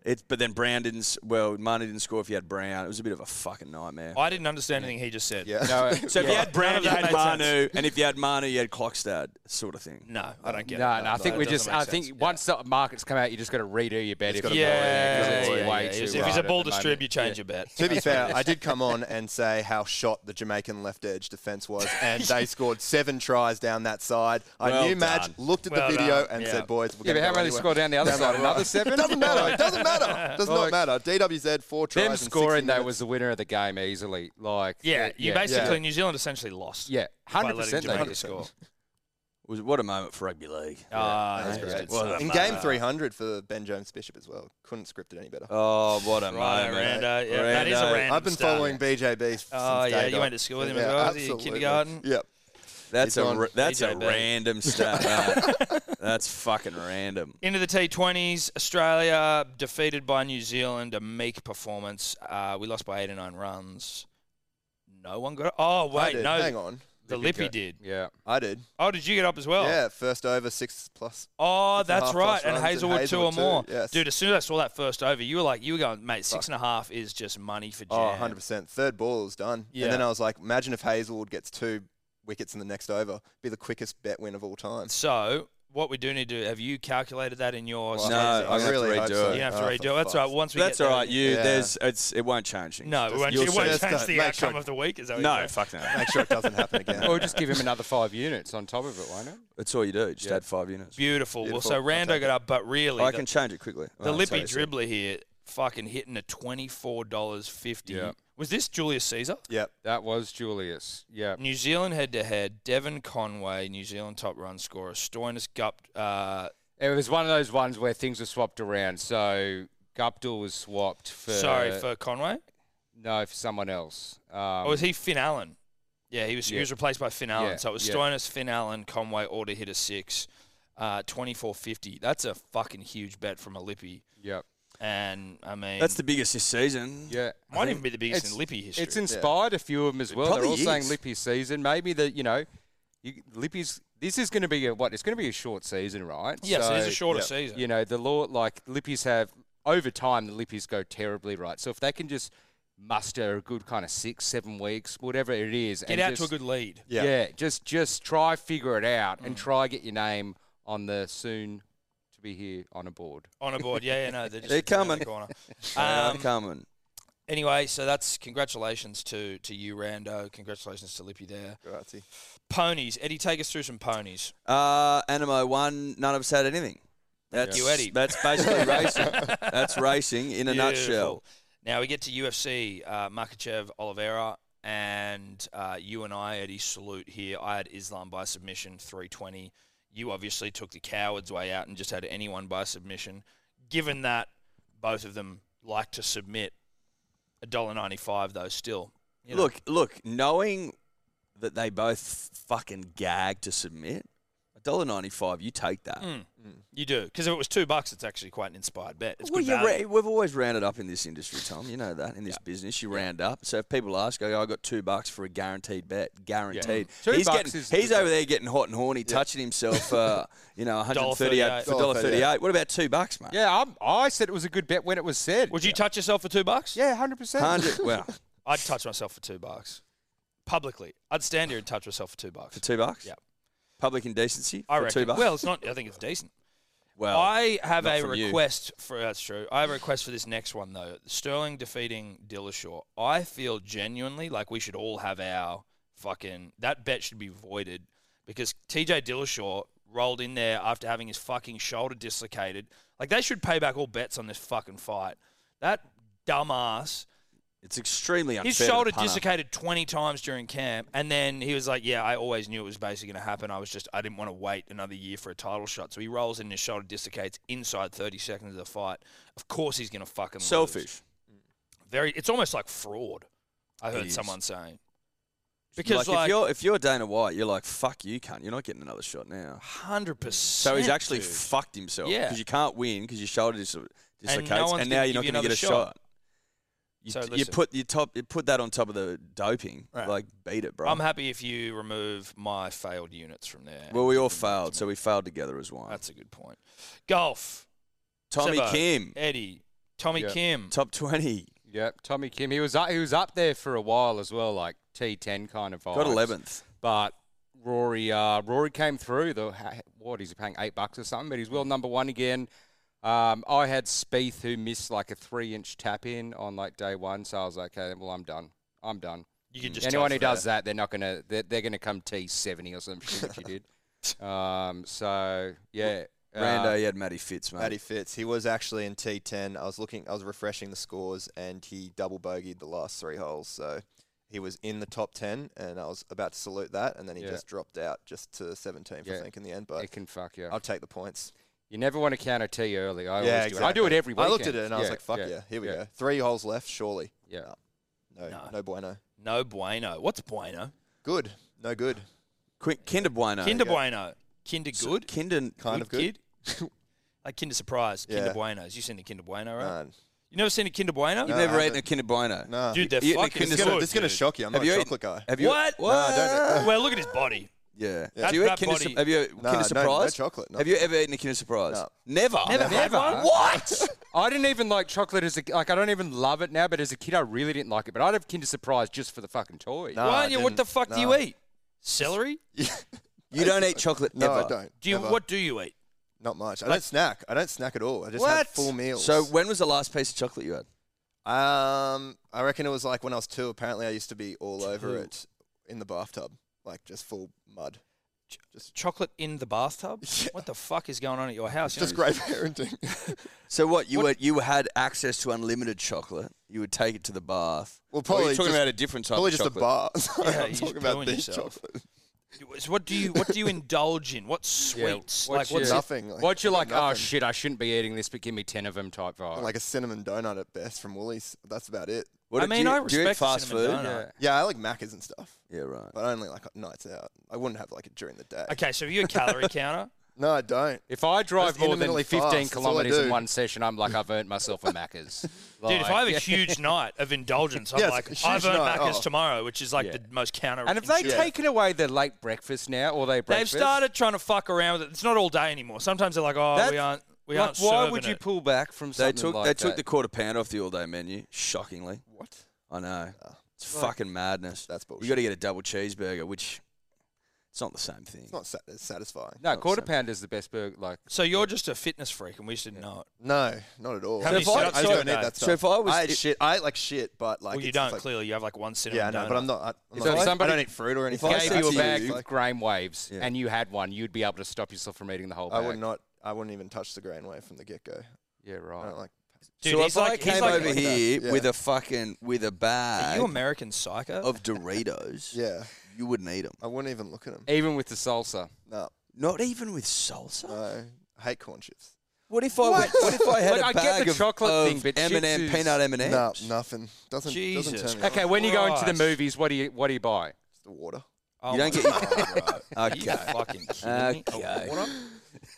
S2: It's but then Brown didn't. s- Well, Manu didn't score if you had Brown. It was a bit of a fucking nightmare.
S1: I didn't understand anything he just said.
S4: yeah.
S3: No,
S2: so if you had Brown, you
S1: None of
S2: had
S1: that made
S2: Manu, and if you had Manu, you had Clockstad, sort of thing.
S1: No, I don't get
S3: no,
S1: it.
S3: no, I think
S1: it
S3: we
S1: doesn't
S3: just.
S1: make
S3: I
S1: sense.
S3: think
S1: Yeah.
S3: once the markets come out, you just got to redo your bet. if
S4: gotta
S3: you
S1: Yeah,
S4: Yeah,
S3: know it, 'cause
S1: yeah,
S3: it's
S1: yeah,
S3: way
S1: yeah.
S3: too
S1: If
S3: wide
S1: he's a
S3: at
S1: ball
S3: the moment.
S1: distribute, change your bet.
S4: To be fair, I did come on and say how shot the Jamaican left edge defence was, and they scored seven tries down that side. I
S2: Well
S4: knew Madge
S2: done.
S4: looked at
S1: Well
S4: the video
S1: done,
S4: and
S1: yeah.
S4: said, "Boys, we're
S3: Yeah, but
S4: gonna
S3: how
S4: go
S3: many
S4: anywhere."
S3: scored down the other
S4: Down
S3: side?
S4: that
S3: Another
S4: right.
S3: seven?
S4: Doesn't matter. It doesn't matter. Does not
S3: Like,
S4: matter. DWZ four tries.
S3: Them
S4: in 60
S3: scoring though
S4: minutes.
S3: was the winner of the game easily. Like
S1: Yeah, you basically
S4: yeah.
S1: New Zealand essentially lost.
S3: yeah,
S1: by
S3: hundred
S1: letting
S3: percent they
S1: Jamaica
S3: did.
S1: score.
S2: It was what a moment for rugby league.
S1: Ah,
S4: That's
S1: yeah,
S4: great.
S1: good
S2: Well
S1: stuff.
S2: done.
S4: in game 300 for Ben Jones Bishop as well. Couldn't script it any better.
S2: Oh, what a
S1: Right,
S2: moment!
S1: Rando. Yeah, that is a
S2: Rando.
S1: random.
S4: I've been
S1: stat.
S4: following BJB since
S1: Oh,
S4: day
S1: yeah, you
S4: dot.
S1: went to school with him as well, was he,
S4: absolutely.
S1: kindergarten?
S4: Yep.
S2: That's
S4: He's
S2: a
S4: on
S2: ra- that's a
S1: AJB.
S2: random stat. that. That's fucking random.
S1: Into the T20s, Australia defeated by New Zealand, a meek performance. Uh, we lost by 89 runs. No one got. Oh
S4: I
S1: wait,
S4: did.
S1: no,
S4: Hang on.
S1: the Lippy did.
S3: Yeah,
S4: I did.
S1: Oh, did you get up as well?
S4: Yeah, first over, six plus.
S1: Oh,
S4: Six and a
S1: that's
S4: half
S1: right.
S4: plus
S1: And
S4: runs and
S1: Hazelwood, two or
S4: Hazelwood
S1: more.
S4: two, yes.
S1: Dude, as soon as I saw that first over, you were like, you were going, mate, six and a half is just money for Jan.
S4: Oh, 100%. Third ball is done.
S1: Yeah.
S4: And then I was like, imagine if Hazelwood gets two wickets in the next over. Be the quickest bet win of all time.
S1: So, what we do need to do, have you calculated that in your.
S4: Well,
S2: No,
S1: stats?
S2: I'm gonna have to
S4: really hope
S2: redo
S4: so.
S2: it.
S1: you don't have to
S4: Oh, for
S1: redo it. That's
S4: fuck's
S1: right. Once we
S2: That's
S1: get
S2: all
S1: that
S2: right.
S1: in-
S2: You
S4: Yeah.
S2: there's it's it won't change things.
S1: No, it won't,
S2: you'll
S1: it won't
S2: just-
S1: change the
S4: make
S1: outcome
S4: sure-
S1: of the week. Is that what
S2: No,
S1: you're saying?
S2: fuck no.
S4: Make sure it doesn't happen again.
S3: or just give him another five units on top of it, won't it?
S2: That's all you do. Just
S3: Yeah.
S2: add five units.
S1: Beautiful.
S4: Beautiful.
S1: Well, so
S4: I'll
S1: Rando
S4: take
S1: got up, but really,
S2: I
S1: the,
S2: can change it quickly.
S1: the
S2: Oh,
S1: Lippy
S2: sorry, sorry.
S1: dribbler here fucking hitting a $24.50.
S3: Yeah.
S1: Was this Julius Caesar?
S4: Yep.
S3: That was Julius. Yeah,
S1: New Zealand head to head, Devon Conway, New Zealand top run scorer, Stoinis Gup, uh,
S3: it was one of those ones where things were swapped around. So Guptill was swapped for
S1: sorry, for Conway?
S3: no for someone else. Um,
S1: Or was he Finn Allen? Yeah, he was. He
S3: Yeah.
S1: was replaced by Finn Allen.
S3: Yeah,
S1: So it was
S3: yeah.
S1: Stoinis, Finn Allen, Conway, all to hit a six, uh, twenty four fifty. That's a fucking huge bet from a Lippy,
S3: Yeah,
S1: and I mean,
S2: That's the biggest this season.
S3: yeah.
S1: might even be the biggest in
S3: it's-
S1: Lippy history.
S3: It's inspired a few of them as well. They're all
S2: probably
S3: saying
S2: is.
S3: Lippy season. Maybe that you know, you, Lippy's. This is going to be a what? It's going to be a short season, right?
S1: yes, it is a
S3: So-
S1: shorter
S4: yeah.
S1: season.
S3: You know, the law, like Lippies have, over time, the Lippies go terribly right. So if they can just muster a good kind of six, seven weeks, whatever it is,
S1: Get
S3: and
S1: out
S3: just,
S1: to a good lead.
S4: Yeah.
S3: yeah. just just try figure it out and try get your name on the soon to be here on a board.
S1: On a board, yeah, yeah, no, they're just
S2: They're
S1: around the
S2: coming.
S1: corner.
S2: Um,
S1: Um,
S2: coming.
S1: anyway, so that's congratulations to to you, Rando. Congratulations to Lippy there.
S4: Grazie.
S1: Ponies, Eddie, take us through some ponies.
S2: Uh, Animo one. None of us had anything. That's
S1: you, Eddie.
S2: That's basically racing. That's racing in a nutshell.
S1: Beautiful. Now we get to UFC, uh, Makachev, Oliveira, and uh, you and I, Eddie, salute here. I had Islam by submission, 320. You obviously took the coward's way out and just had anyone by submission. Given that both of them like to submit, $1.95 though, still. you know.
S2: Look, look, knowing that they both fucking gag to submit, $1.95, you take that.
S1: Mm. You do. Because if it was two bucks, it's actually quite an inspired bet. It's
S2: Well,
S1: good
S2: you
S1: value.
S2: ra- we've always rounded up in this industry, Tom. You know that in this business, you round up. So if people ask, "Oh, I go, I got two bucks for a guaranteed bet, guaranteed.
S3: Two
S2: he's
S3: bucks
S2: getting,
S3: is-
S2: he's over there getting hot and horny, touching himself. Uh, you know, one hundred thirty-eight for
S4: $1.38.
S2: dollar thirty-eight. What about two bucks, mate?
S3: Yeah, I'm, I said it was a good bet when it was said.
S1: Would you touch yourself for two bucks?
S3: Yeah, hundred percent.
S2: hundred. Well,
S1: I'd touch myself for two bucks. Publicly. I'd stand here and touch myself for two bucks.
S2: for two bucks.
S1: Yeah.
S2: Public indecency
S1: I
S2: for
S1: reckon.
S2: two bucks.
S1: Well, it's not. I think it's decent.
S2: Well,
S1: I have
S2: not
S1: a
S2: from you.
S1: request for that's true. I have a request for this next one though. Sterling defeating Dillashaw. I feel genuinely like we should all have our fucking that bet should be voided because TJ Dillashaw rolled in there after having his fucking shoulder dislocated. Like they should pay back all bets on this fucking fight. That dumbass.
S2: it's extremely unfair.
S1: His
S2: to the
S1: shoulder
S2: punter.
S1: dislocated 20 times during camp, and then he was like, "Yeah, I always knew it was basically going to happen. I was just I didn't want to wait another year for a title shot." So he rolls in, his shoulder dislocates inside 30 seconds of the fight. Of course, he's going to fucking lose.
S2: Selfish.
S1: Very. It's almost like fraud. I heard
S2: is.
S1: someone saying because
S2: if
S1: like
S2: you're if you're Dana White, you're like fuck you, cunt. You're not getting another shot now.
S1: 100. percent.
S2: So he's actually fucked himself
S1: Yeah.
S2: because you can't win because your shoulder dis- dislocates, and,
S1: one's gonna
S2: now
S1: give you
S2: you're not going to get a
S1: another
S2: shot.
S1: shot.
S2: You,
S1: So
S2: t- you
S1: listen.
S2: put you top you put that on top of the doping,
S1: Right.
S2: like beat it, bro.
S1: I'm happy if you remove my failed units from there.
S2: well, we all failed, so we failed together as one.
S1: that's a good point. Golf.
S2: Tommy
S1: Sebo,
S2: Kim,
S1: Eddie. Tommy
S3: Yeah.
S1: Kim.
S2: top twenty,
S3: Yep, Tommy Kim. He was up, he was up there for a while as well, like T10 kind of vibes.
S2: got eleventh.
S3: But Rory, uh, Rory came through. The what he's paying eight bucks or something, but he's well number one again. Um, I had Spieth who missed like a three-inch tap in on like day one, so I was like, okay, well I'm done. I'm done.
S1: You
S2: Mm.
S1: can just
S3: Anyone
S1: tell
S3: who
S1: from
S3: does that, they're not gonna they're, they're gonna come T seventy or some shit that you did. Um, so yeah, uh,
S2: Rando, you had Matty Fitz, mate.
S4: Matty Fitz, he was actually in T10. I was looking, I was refreshing the scores, and he double bogeyed the last three holes. So he was in the top 10, and I was about to salute that, and then he
S3: Yeah.
S4: just dropped out just to 17th, I
S3: Yeah.
S4: think, in the end. But
S3: it can fuck you.
S4: I'll take the points.
S3: You never want to counter T early. I
S4: Yeah,
S3: always do. it. I do it every week.
S4: I looked at it and I was like, "Fuck yeah, here we go. Three holes left, surely.
S3: Yeah.
S4: No,
S1: No.
S4: no, bueno.
S1: No bueno. What's bueno?
S4: Good, no good.
S2: Qu- Kinder Bueno,
S1: Kinder
S4: okay.
S1: bueno. Kinder
S2: So
S1: good.
S2: Kinder
S4: Kind of good.
S1: Kid. like Kinder Surprise, Kinder
S4: Yeah.
S1: Buenos. You seen the Kinder Bueno, right?
S4: Man.
S1: You never seen a Kinder Bueno?
S2: You've
S4: No, I
S2: never eaten a
S4: haven't.
S2: Kinder Bueno.
S4: Nah.
S1: Dude, they're
S2: You eating a
S1: fucking
S2: Kinder
S4: it's
S1: good.
S4: gonna, it's gonna
S1: dude.
S4: shock you. I'm
S2: Have
S4: not
S2: you
S4: a
S2: eaten-
S4: chocolate guy.
S2: Have you?
S1: What?
S2: What?
S4: No, don't-
S1: Well, look at his body.
S2: Yeah.
S4: Yeah.
S2: Have you had
S1: That- that
S2: Kinder? Su-
S1: body-
S2: Have you had
S4: Nah,
S2: Kinder
S4: no- no
S2: Surprise?
S4: chocolate, no.
S2: Have you ever eaten a Kinder Surprise?
S4: No.
S2: Never.
S1: Never had
S3: Never.
S1: one.
S2: What?
S3: I didn't even like chocolate as a like. I don't even love it now, but as a kid, I really didn't like it. But I'd have Kinder Surprise just for the fucking toy.
S4: Nah,
S1: Why
S4: I
S1: aren't you? What the
S4: Ah, didn't.
S1: fuck do you
S4: Nah.
S1: eat? Celery?
S2: you don't eat chocolate
S4: No,
S2: ever.
S4: I don't.
S1: Do you?
S4: Never.
S1: What do you eat?
S4: Not much. I don't snack. I don't snack at all. I just
S2: What?
S4: have full meals.
S2: So when was the last piece of chocolate you had?
S4: Um, I reckon it was like when I was two. Apparently, I used to be all over it in the bathtub, like just full mud.
S1: Chocolate in the bathtub? What the fuck is going on at your house? You
S4: Just
S1: know-
S4: great parenting.
S2: So what you were you had access to unlimited chocolate. You would take it to the bath.
S4: Well,
S2: Or
S4: probably
S2: you're talking
S4: just-
S2: about a different type
S4: Probably
S2: of
S4: just a
S2: chocolate.
S4: bar. So
S1: Yeah,
S4: I'm
S1: you just
S4: talking about
S1: pooing
S4: this
S1: yourself.
S4: chocolate.
S1: So What do you? What do you indulge in? What sweets? like
S3: what's
S1: what's?
S3: your-
S4: Nothing. Like,
S3: what you
S4: I've
S3: like?
S4: got
S3: Oh
S4: nothing.
S3: shit! I shouldn't be eating this, but give me ten of them type vibe.
S4: Like a cinnamon donut at best from Woolies. That's about it.
S2: What
S1: I
S2: did
S1: mean,
S2: you,
S1: I
S2: do you eat
S1: respect the
S2: fast food.
S1: cinnamon
S3: yeah.
S1: donut.
S4: Yeah, I like macas and stuff,
S2: Yeah, right.
S4: but only like at nights out. I wouldn't have like it during the day.
S1: Okay, so are you a calorie counter?
S4: No, I don't.
S3: If I drive more than
S4: intermittently
S3: fifteen
S4: fast, that's all I
S3: kilometers in
S4: do.
S3: one session, I'm like, I've earned myself a Macca's.
S1: Dude, if
S3: Like-
S1: I have a huge night of indulgence, I'm
S4: Yes,
S1: like,
S4: a huge
S1: I've earned
S4: night,
S1: Macca's
S4: oh.
S1: tomorrow, which is like
S3: Yeah.
S1: the most counter.
S3: and have they
S1: intuitive-
S3: taken away the late breakfast now, or they breakfast?
S1: They've started trying to fuck around with it. It's not all day anymore. Sometimes they're like, oh, we
S3: That's-
S1: aren't. We
S3: like,
S1: aren't
S3: why
S1: serving
S3: would you
S1: it.
S3: pull back from
S2: They
S3: something
S2: took
S3: like
S2: they took the
S3: that?
S2: quarter pounder off the all day menu. Shockingly,
S4: What?
S2: I know.
S4: Ah.
S2: It's fucking madness.
S4: That's
S2: You
S4: bullshit.
S2: got to get a double cheeseburger, which it's not the same thing.
S4: It's not sat- it's satisfying.
S3: no quarter
S2: so-
S3: pounder is the best burger. Like
S1: So you're just a fitness freak, and we just didn't know it.
S4: No, not at all.
S1: How many
S4: I just
S1: sit-ups do you
S4: don't
S1: do?
S4: need that
S2: So
S4: stuff.
S2: if I was-
S4: I ate
S2: if-
S4: shit. I ate like shit, but like
S1: Well, you
S4: it's just,
S1: don't.
S4: like-
S1: clearly, you have like one cinnamon.
S4: Yeah, I know, but
S1: donut.
S4: I'm not. I- I'm
S3: So
S4: not
S3: if somebody
S4: I don't eat fruit or anything.
S2: I
S4: like
S3: gave
S4: that.
S3: you a
S2: to
S3: bag
S2: you-
S3: of grain waves
S2: Yeah.
S3: and you had one, you'd be able to stop yourself from eating the whole
S4: I
S3: bag.
S4: would not. I wouldn't even touch the grain wave from the get go.
S3: Yeah,
S4: I
S3: right.
S2: Oh.
S4: don't like.
S1: Dude,
S2: so
S1: he's
S2: if
S1: like-
S2: I
S1: he's
S2: came
S1: like-
S2: over
S1: like
S2: here
S4: that,
S2: with
S4: yeah.
S2: a fucking with a
S1: Are
S2: bag
S1: you American psycho?
S2: of Doritos,
S4: Yeah,
S2: you wouldn't eat them.
S4: I wouldn't even look at them.
S3: Even with the salsa.
S4: No,
S2: Not even with salsa.
S4: no. I hate corn chips.
S2: What if I went, what if I had
S3: Look,
S2: a
S3: I get
S2: bag
S3: the
S2: of,
S3: chocolate
S2: of
S3: thing, but
S2: M&M
S3: chips is-
S2: peanut M&Ms?
S4: No, nothing. Doesn't
S1: Jesus.
S4: doesn't turn me
S3: Okay,
S4: on.
S3: when you go into the
S1: Christ.
S3: movies, what do you what do you buy?
S4: It's the water.
S1: Oh
S2: You don't
S1: my
S2: get-
S1: God, bro. Are you
S2: Okay.
S1: fucking kidding me? Oh,
S2: Okay.
S1: what up?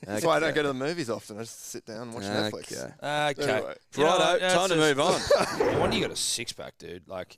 S4: That's why I don't go to the movies often. I just sit down and watch Netflix.
S2: Okay.
S1: Okay.
S4: Anyway.
S1: You know,
S2: Righto,
S1: that's
S2: time to
S1: a-
S2: move on.
S1: No wonder you got a six pack, dude. Like,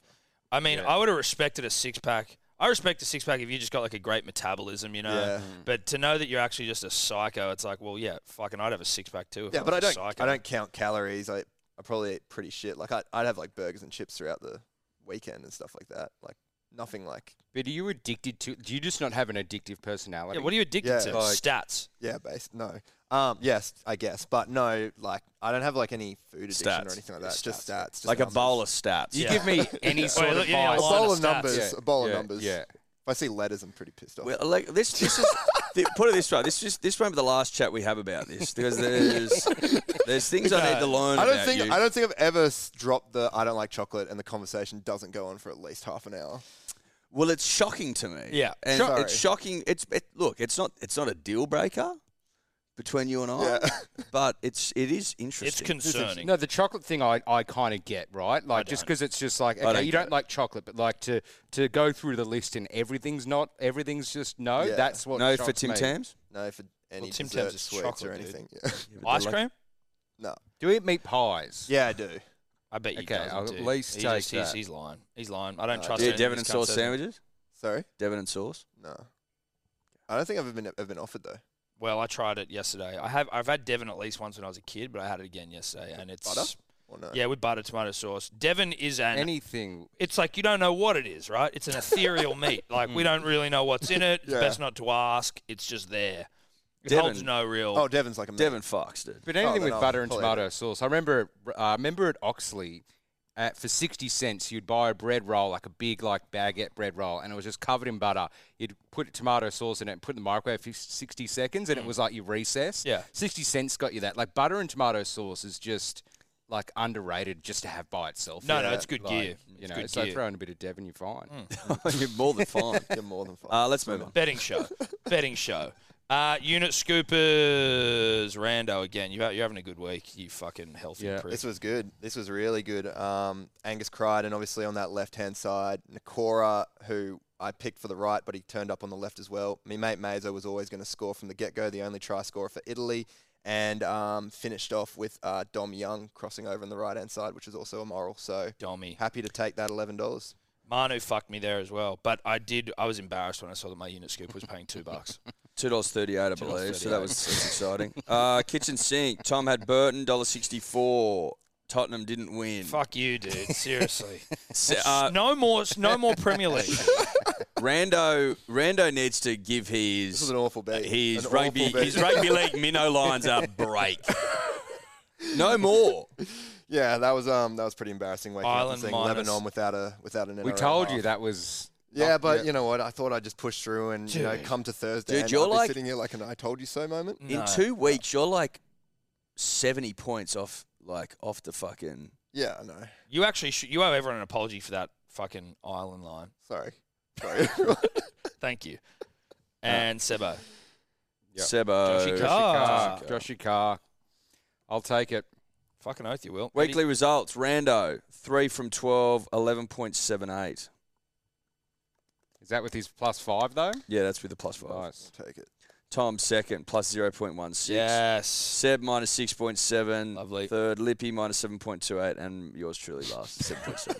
S1: I mean, I would have respected a six pack. I respect a six pack if you just got like a great metabolism, you know.
S4: Yeah.
S2: Mm.
S1: But to know that you're actually just a psycho, it's like, well, yeah, fucking, I'd have a six pack too. If
S4: Yeah, but I
S1: was a
S4: don't.
S1: Psycho.
S4: I don't count calories. I I probably eat pretty shit. Like I, I'd have like burgers and chips throughout the weekend and stuff like that. Like nothing like
S3: But are you addicted to? Do you just not have an addictive personality?
S1: Yeah, what are you addicted
S4: Yeah.
S1: to?
S4: Like-
S1: Stats.
S4: yeah, base no. Um, yes, I guess, but no. Like I don't have like any food addiction
S2: Stats.
S4: or anything like that. It's
S2: Stats,
S4: just
S2: yeah.
S4: stats. Just
S2: Like a
S4: numbers.
S2: bowl of stats.
S1: Yeah.
S3: Give me any sort
S1: Wait,
S3: of
S1: look, you need a
S3: vice.
S4: A
S1: line
S4: bowl of,
S1: of stats.
S4: numbers.
S3: Yeah,
S4: A bowl
S3: yeah,
S4: of numbers.
S3: yeah.
S4: If I see letters, I'm pretty pissed off.
S2: Well, like this, this is th- put it this way. This just this won't be the last chat we have about this because there's there's things I need to learn.
S4: I don't
S2: about
S4: think
S2: you.
S4: I don't think I've ever s- dropped the I don't like chocolate and the conversation doesn't go on for at least half an hour.
S2: Well, it's shocking to me.
S1: Yeah.
S2: and
S4: Sure.
S2: it's shocking. It's it, look, it's not it's not a deal breaker between you and I, but it's it is
S1: It's
S2: interesting.
S1: concerning.
S3: No, the chocolate thing I, I kind of get right, like just
S1: don't.
S3: because it's just like
S2: don't
S3: okay, you
S2: get
S3: don't
S2: it.
S3: like chocolate, but like to to go through the list and everything's not everything's just no.
S4: Yeah.
S3: That's what
S2: no
S3: shocks
S2: for Tim
S3: me.
S2: Tams.
S4: No, for any
S1: Tim Tams
S4: dessert,
S1: is
S4: sweets or
S1: chocolate, dude.
S4: anything. Yeah.
S1: Ice cream?
S4: no.
S3: Do we eat meat pies?
S4: Yeah, I do.
S1: I bet you
S3: Okay,
S1: doesn't,
S3: I'll at
S1: dude.
S3: least
S1: He
S3: take
S1: just- he's,
S3: that.
S1: he's lying. He's lying. I
S4: Uh,
S1: don't trust
S2: Do you
S1: anything
S2: Devon and
S1: this cunt
S2: sauce
S1: says.
S2: sandwiches.
S4: Sorry.
S2: Devon and sauce.
S4: No. I don't think I've ever been ever been offered though.
S1: Well, I tried it yesterday. I have. I've had Devon at least once when I was a kid, but I had it again yesterday, and it's
S4: butter? Or no.
S1: yeah with butter tomato sauce. Devon is an
S3: Anything?
S1: it's like you don't know what it is, right? It's an ethereal meat. Like we don't really know what's in it. It's
S4: Yeah.
S1: best not to ask. It's just there. It
S2: Devon.
S1: holds no real.
S4: Oh, Devon's like a man.
S2: Devon Fox, dude.
S1: Oh,
S3: But anything
S4: then
S3: with
S4: I'll
S3: butter and
S4: probably-
S3: tomato sauce. I remember, I remember at Oxley, uh, for sixty cents, you'd buy a bread roll, like a big like baguette bread roll, and it was just covered in butter. You'd put tomato sauce in it, and put it in the microwave for sixty seconds, and it was like you recess.
S1: Mm. Yeah.
S3: sixty cents got you that. Like butter and tomato sauce is just like underrated, just to have by itself.
S1: no, no, it's good
S3: Like,
S1: gear.
S3: You
S1: It's
S3: know,
S1: good
S3: so
S1: gear. Mm.
S3: throw in a bit of Devon, you're fine.
S2: You're more than fine.
S4: You're more than five.
S2: Uh, let's move on.
S1: Betting show. Betting show. Uh, unit scoopers, Rando again. You, you're having a good week. You fucking healthy
S3: Yeah.
S1: prick.
S4: this was good. This was really good. Um, Angus Crichton, obviously on that left hand side. Nakora, who I picked for the right, but he turned up on the left as well. Me mate Mazo was always going to score from the get go, the only try scorer for Italy. And um, finished off with uh, Dom Young crossing over on the right hand side, which is also a moral. So
S1: Dommy.
S4: happy to take that eleven dollars.
S1: Manu fucked me there as well, but I did. I was embarrassed when I saw that my unit scoop was paying two bucks.
S2: Two dollars thirty-eight, I believe. So that was that's exciting. Uh, kitchen sink. Tom had Burton dollar sixty-four. Tottenham didn't win.
S1: Fuck you, dude. Seriously.
S2: So, uh,
S1: no more. No more Premier League.
S2: Rando Rando needs to give
S4: This was
S2: his
S4: an awful beat.
S2: his
S4: An
S2: rugby
S4: awful beat.
S2: his rugby league minnow lines a break. No more.
S4: Yeah, that was um that was pretty embarrassing. Waking up
S1: Ireland
S4: and seeing
S1: minus-
S4: Lebanon without a without an.
S3: We
S4: NRL
S3: told
S4: half.
S3: you that was.
S4: Yeah, but you know what? I thought I'd just push through and you know
S1: Dude.
S4: come to Thursday.
S2: Dude,
S4: and
S2: you're
S4: I'd be
S2: like-
S4: sitting here like an "I told you so" moment.
S2: In
S1: No.
S2: two weeks, you're like seventy points off, like off the fucking.
S4: Yeah, I know.
S1: You actually. Sh- you owe everyone an apology for that fucking Ireland line.
S4: Sorry, sorry. everyone.
S1: Thank you. And Sebo.
S3: Yep.
S2: Sebo.
S1: Joshie
S3: Joshie
S1: Carr. Ah.
S3: Carr. Joshie Carr. I'll take it.
S1: Fucking oath you will.
S2: Weekly results. Rando three from 12, 11.78.
S3: Is that with his plus five though?
S2: Yeah, that's with the plus five.
S3: Nice.
S4: Take it.
S2: Tom second, plus zero point one six.
S1: Yes.
S2: Seb minus 6.7.
S1: Lovely.
S2: Third, Lippy minus 7.28. And yours truly last, 7.7.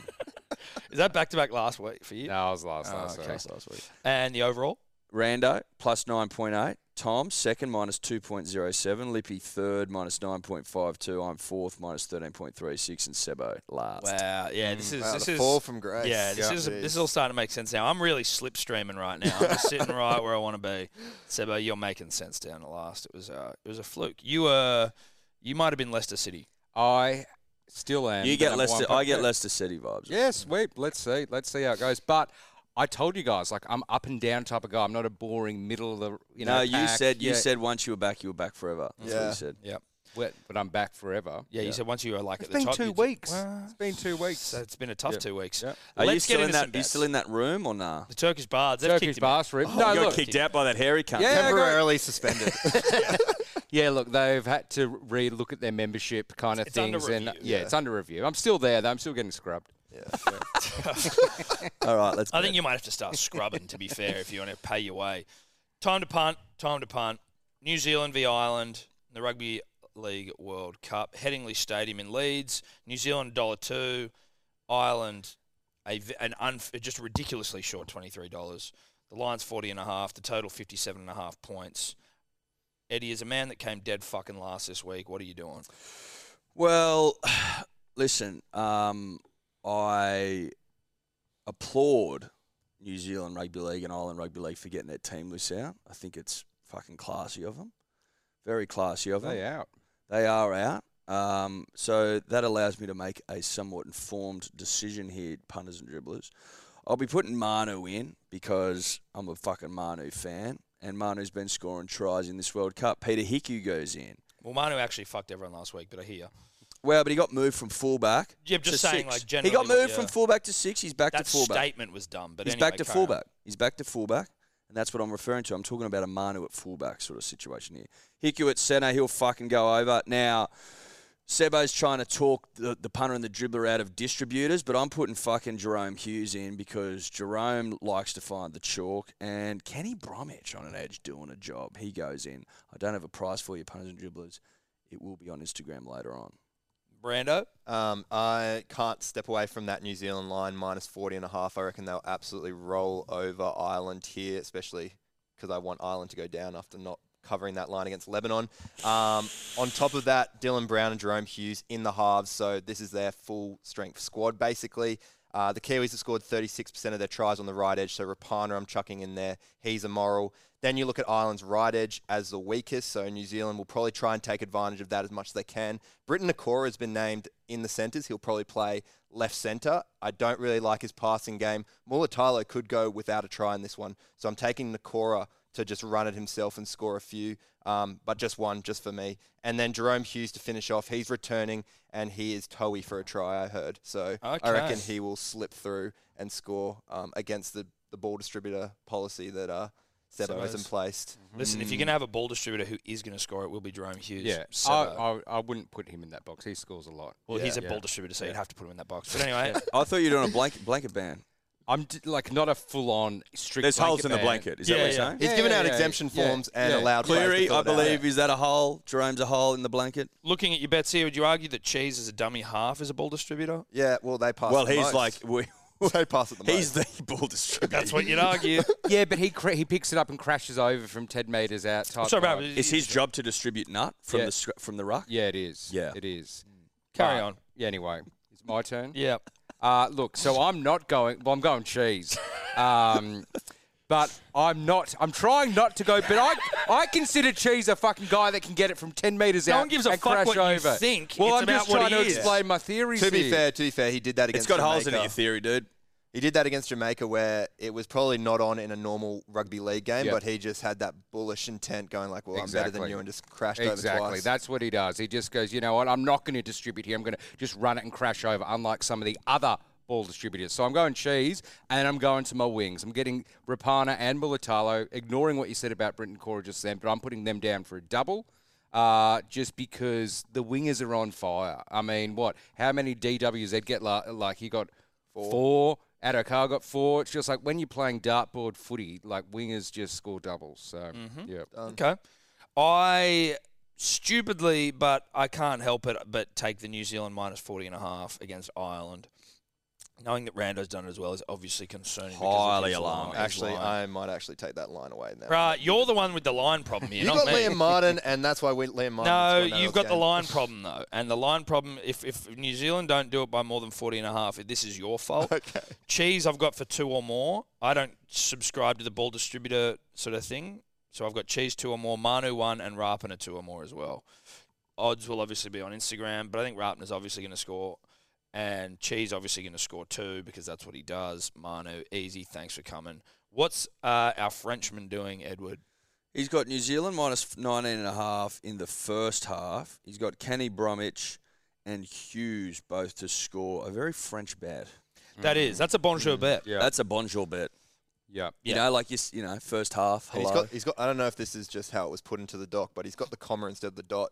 S1: Is that back to back last week for you?
S3: No, I was last.
S1: Oh,
S2: Ah,
S3: last
S1: okay.
S3: sorry.
S2: That's last week.
S1: And the overall?
S2: Rando, plus 9.8. Tom, second, minus 2.07. Lippy, third, minus 9.52. I'm fourth, minus 13.36. And Sebo, last.
S1: Wow. Yeah, this is
S4: Wow,
S1: this
S4: the
S1: is
S4: fall from grace.
S1: Yeah, this is
S4: Jeez.
S1: this is all starting to make sense now. I'm really slipstreaming right now. I'm just sitting right where I want to be. Sebo, you're making sense down at last. It was uh, it was a fluke. You were you might have been Leicester City.
S3: I still am.
S2: You
S3: the
S2: get
S3: number one
S2: Leicester,
S3: pick.
S2: I get
S3: Yeah.
S2: Leicester City vibes.
S3: Yeah, sweet. Let's see. Let's see how it goes. But I told you guys, like I'm up and down type of guy. I'm not a boring middle of the you know.
S2: no, you
S3: pack.
S2: said you
S3: Yeah.
S2: said once you were back, you were back forever. That's what
S4: Yeah.
S2: you said.
S1: Yep.
S3: Wet, but I'm back forever.
S1: Yeah, you said once you were like
S3: It's
S1: at the
S3: been
S1: top.
S3: two
S1: you-
S3: weeks.
S1: Well,
S3: It's been two weeks.
S1: so it's been a tough two weeks.
S3: Yeah.
S2: Are
S1: Let's
S2: you still
S1: get
S2: in
S1: into some
S2: that? You still
S1: bets.
S2: in that room or nah?
S1: the Turkish bars? They've
S3: Turkish
S1: kicked him out.
S3: bathroom. no,
S2: you got
S3: look.
S2: kicked out by that hairy cunt.
S3: Yeah, I got-
S4: Temporarily suspended.
S3: Yeah, Yeah, look, they've had to re-look at their membership kind of
S1: It's under
S3: things, and
S1: review.
S3: yeah,
S4: Yeah.
S3: it's under review. I'm still there, though. I'm still getting scrubbed.
S2: All right, let's.
S1: I think you might have to start scrubbing, to be fair, if you want to pay your way. Time to punt. Time to punt. New Zealand v Ireland in the Rugby League World Cup. Headingley Stadium in Leeds. New Zealand dollar two. Ireland a v an unf just ridiculously short twenty three dollars. The Lions forty and a half. The total fifty seven and a half points. Eddie is a man that came dead fucking last this week. What are you doing?
S2: Well, listen, um, I applaud New Zealand Rugby League and Ireland Rugby League for getting their team lists out. I think it's fucking classy of them. Very classy of them.
S3: They out.
S2: They are out. Um, so that allows me to make a somewhat informed decision here, punters and dribblers. I'll be putting Manu in because I'm a fucking Manu fan, and Manu's been scoring tries in this World Cup. Peter Hickey goes in.
S1: Well, Manu actually fucked everyone last week, but I hear
S2: Well, but he got moved from fullback.
S1: Yeah, I'm just
S2: to
S1: saying,
S2: six.
S1: like,
S2: he got
S1: generally,
S2: moved
S1: yeah.
S2: from fullback to six. He's back
S1: that
S2: to fullback.
S1: statement was dumb. But
S2: He's
S1: anyway,
S2: back to
S1: carry on.
S2: fullback. He's back to fullback, and that's what I'm referring to. I'm talking about a Manu at fullback sort of situation here. Hiku at centre, he'll fucking go over. Now, Sebo's trying to talk the, the punter and the dribbler out of distributors, but I'm putting fucking Jerome Hughes in because Jerome likes to find the chalk, and Kenny Bromwich on an edge doing a job. He goes in. I don't have a price for you, punters and dribblers. It will be on Instagram later on.
S1: Brando.
S4: Um, I can't step away from that New Zealand line minus 40 and a half. I reckon they'll absolutely roll over Ireland here, especially because I want Ireland to go down after not covering that line against Lebanon. Um, on top of that, Dylan Brown and Jerome Hughes in the halves, so this is their full strength squad basically. Uh, the Kiwis have scored 36% of their tries on the right edge, so Rapana I'm chucking in there. He's immoral. Then you look at Ireland's right edge as the weakest, so New Zealand will probably try and take advantage of that as much as they can. Britton Nakora has been named in the centres. He'll probably play left centre. I don't really like his passing game. Mulatalo could go without a try in this one, so I'm taking Nakora to just run it himself and score a few, um, but just one, just for me. And then Jerome Hughes to finish off. He's returning and he is toey for a try, I heard. So I reckon
S1: Okay.
S4: he will slip through and score um, against the, the ball distributor policy that uh, Sebo has
S1: Sebo's.
S4: emplaced.
S3: Mm-hmm.
S1: Listen, if you're going to have a ball distributor who is going to score, it will be Jerome Hughes.
S3: Yeah, I,
S1: Sebo.
S3: I, I wouldn't put him in that box. He scores a lot.
S1: well, he's a
S3: yeah.
S1: ball distributor, so you'd have to put him in that box. But anyway,
S2: I thought you were doing a blanket blanket ban.
S3: I'm d- like not a full-on strict.
S2: There's holes in the
S3: ban.
S2: blanket. Is
S1: Yeah,
S2: that what you're
S1: yeah.
S2: saying?
S4: He's
S3: Yeah,
S4: given
S3: yeah,
S4: out
S3: yeah,
S4: exemption
S3: yeah,
S4: forms and
S3: yeah.
S4: allowed players to
S2: Cleary,
S4: fill it
S2: I
S4: out.
S2: believe, is that a hole? Jerome's a hole in the blanket.
S1: looking at your bets here, would you argue that Cheese is a dummy half as a ball distributor?
S4: Yeah, well, they pass.
S2: well,
S4: the
S2: he's
S4: most.
S2: like, we,
S4: they pass at the
S2: he's
S4: most.
S2: the ball distributor.
S1: That's what you'd argue.
S3: Yeah, but he cra- he picks it up and crashes over from ten meters out. Type
S1: Sorry,
S3: vibe.
S1: but
S2: It's his job to distribute nut from
S3: Yeah.
S2: the scr- from the ruck.
S3: Yeah, it is.
S2: Yeah.
S3: it is.
S1: Mm. Carry
S3: But-
S1: on.
S3: Yeah, anyway, it's my turn.
S1: Yeah.
S3: Uh, look, so I'm not going. Well, I'm going cheese, um, but I'm not. I'm trying not to go. But I, I consider cheese a fucking guy that can get it from ten meters
S1: No
S3: out
S1: one gives a
S3: and
S1: fuck
S3: crash
S1: what you
S3: over.
S1: think.
S3: Well,
S1: It's
S3: I'm
S1: about
S3: just
S1: what
S3: trying
S1: he
S3: to
S1: is.
S3: explain my theories.
S4: To be
S3: here.
S4: fair, to be fair, he did that
S2: It's
S4: against.
S2: got
S4: Jamaica.
S2: holes in it, your theory, dude.
S4: He did that against Jamaica, where it was probably not on in a normal rugby league game,
S3: Yeah.
S4: but he just had that bullish intent, going like, "Well, I'm better than
S3: Exactly.
S4: you," and just crashed
S3: Exactly.
S4: over twice.
S3: That's what he does. He just goes, you know what? I'm not going to distribute here. I'm going to just run it and crash over, unlike some of the other ball distributors. So I'm going cheese and I'm going to my wings. I'm getting Rapana and Mulatalo, ignoring what you said about Brenton Cora just then, but I'm putting them down for a double. Uh, just because the wingers are on fire. I mean, what? How many DWZ get? La- like he got four. four. Adokar got four. It's just like when you're playing dartboard footy, like wingers just score doubles. So
S4: Mm-hmm.
S3: yeah,
S1: Okay. I stupidly, but I can't help it, but take the New Zealand minus 40 and a half against Ireland. Knowing that Rando's done it as well is obviously concerning. because of
S2: Highly
S1: his line,
S2: alarming.
S1: his
S4: Actually,
S1: line.
S4: I might actually take that line away now.
S1: Right, you're the one with the line problem here,
S4: You
S1: not
S4: got
S1: me.
S4: Liam Martin, and that's why we Liam Martin.
S1: No,
S4: scored that
S1: you've
S4: other
S1: got the
S4: game.
S1: line problem though, and the line problem. If, if New Zealand don't do it by more than 40 and a half, this is your fault.
S4: Okay.
S1: Cheese, I've got for two or more. I don't subscribe to the ball distributor sort of thing, so I've got cheese two or more, Manu one, and Rapana two or more as well. Odds will obviously be on Instagram, but I think Rapana's obviously going to score, and Cheese obviously going to score two because that's what he does. Manu, easy. Thanks for coming. What's uh, our Frenchman doing, Edward?
S2: He's got New Zealand minus f- 19 and a half in the first half. He's got Kenny Bromwich and Hughes both to score. A very French bet.
S4: Mm.
S1: That is. That's a bonjour bet.
S3: Yeah.
S2: That's a bonjour bet.
S3: Yeah.
S2: You
S1: Yeah.
S2: know, like you, s- you know, first half.
S4: And
S2: Hello.
S4: he's got, he's got. I don't know if this is just how it was put into the doc, but he's got the comma instead of the dot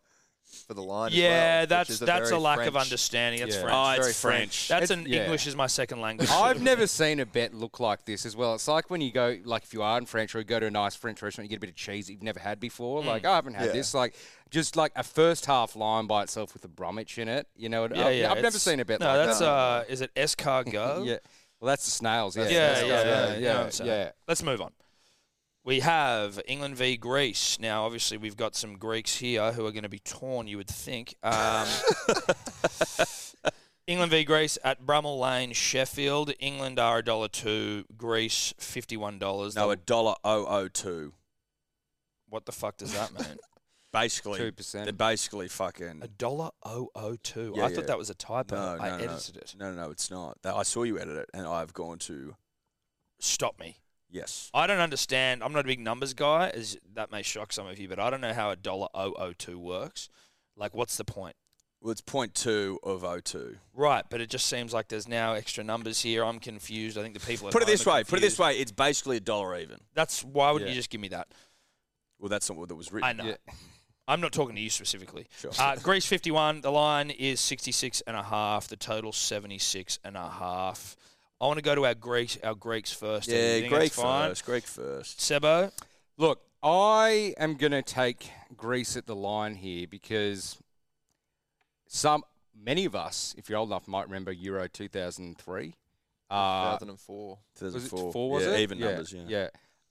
S4: for the line. as well,
S1: Yeah,
S4: which
S1: that's
S4: is a
S1: that's a
S4: very
S1: lack of
S4: French-
S1: understanding. That's
S3: Yeah.
S1: French.
S2: Oh, it's
S1: Very
S2: French.
S1: That's
S3: It's-
S1: an
S3: yeah.
S1: English is my second language.
S3: I've never seen a bet look like this as well. It's like when you go, like if you are in French or you go to a nice French restaurant, you get a bit of cheese that you've never had before. Like "Oh, I haven't had
S4: Yeah.
S3: this. Like just like a first half line by itself with a Bromwich in it. You know, what- I've, I've never
S1: it's-
S3: seen a bet
S1: No,
S3: like
S1: that's
S3: that.
S1: uh, is it escargot?
S3: yeah. Well, that's the snails. Yeah,
S1: Yeah,
S3: Oh. that's-
S1: yeah, yeah,
S3: yeah,
S1: you know what
S3: yeah,
S1: I'm saying. Let's move on. We have England v Greece. Now, obviously, we've got some Greeks here who are going to be torn. You would think. Um, England v Greece at Brummel Lane, Sheffield. England are a dollar two. Greece fifty-one dollars.
S2: no, a dollar oh oh two.
S1: what the fuck does that mean?
S2: Basically,
S3: two
S2: they're
S3: percent.
S2: basically fucking.
S1: A dollar oh oh two.
S2: Yeah,
S1: I thought
S2: yeah.
S1: that was a typo.
S2: No,
S1: I
S2: no, no.
S1: edited it.
S2: No, no, no, it's not. That- I saw you edit it, and I've gone to
S1: Stop me.
S2: yes.
S1: I don't understand. I'm not a big numbers guy. As that may shock some of you, but I don't know how a dollar oh oh two works. Like, what's the point?
S2: Well, it's point two of oh two.
S1: Right, but it just seems like there's now extra numbers here. I'm confused. I think the people. at
S2: Put it
S1: home
S2: this
S1: are
S2: way. Put it this
S1: confused.
S2: way. It's basically a dollar even.
S1: That's why would not
S2: Yeah.
S1: you just give me that?
S2: Well, that's not what that was written.
S1: I know.
S3: Yeah.
S1: I'm not talking to you specifically.
S2: Sure.
S1: Uh, Greece 51. The line is 66 and a half. The total 76 and a half. I want to go to our Greeks. Our Greeks first. Eddie. You
S2: yeah,
S1: think
S2: Greek
S1: that's fine?
S2: first. Greek first.
S1: Sebo.
S3: Look, I am going to take Greece at the line here because some many of us, if you're old enough, might remember Euro 2003. Uh,
S4: 2004.
S3: was it
S2: four?
S3: four? Was
S2: yeah,
S3: it
S2: even numbers? Yeah.
S3: yeah.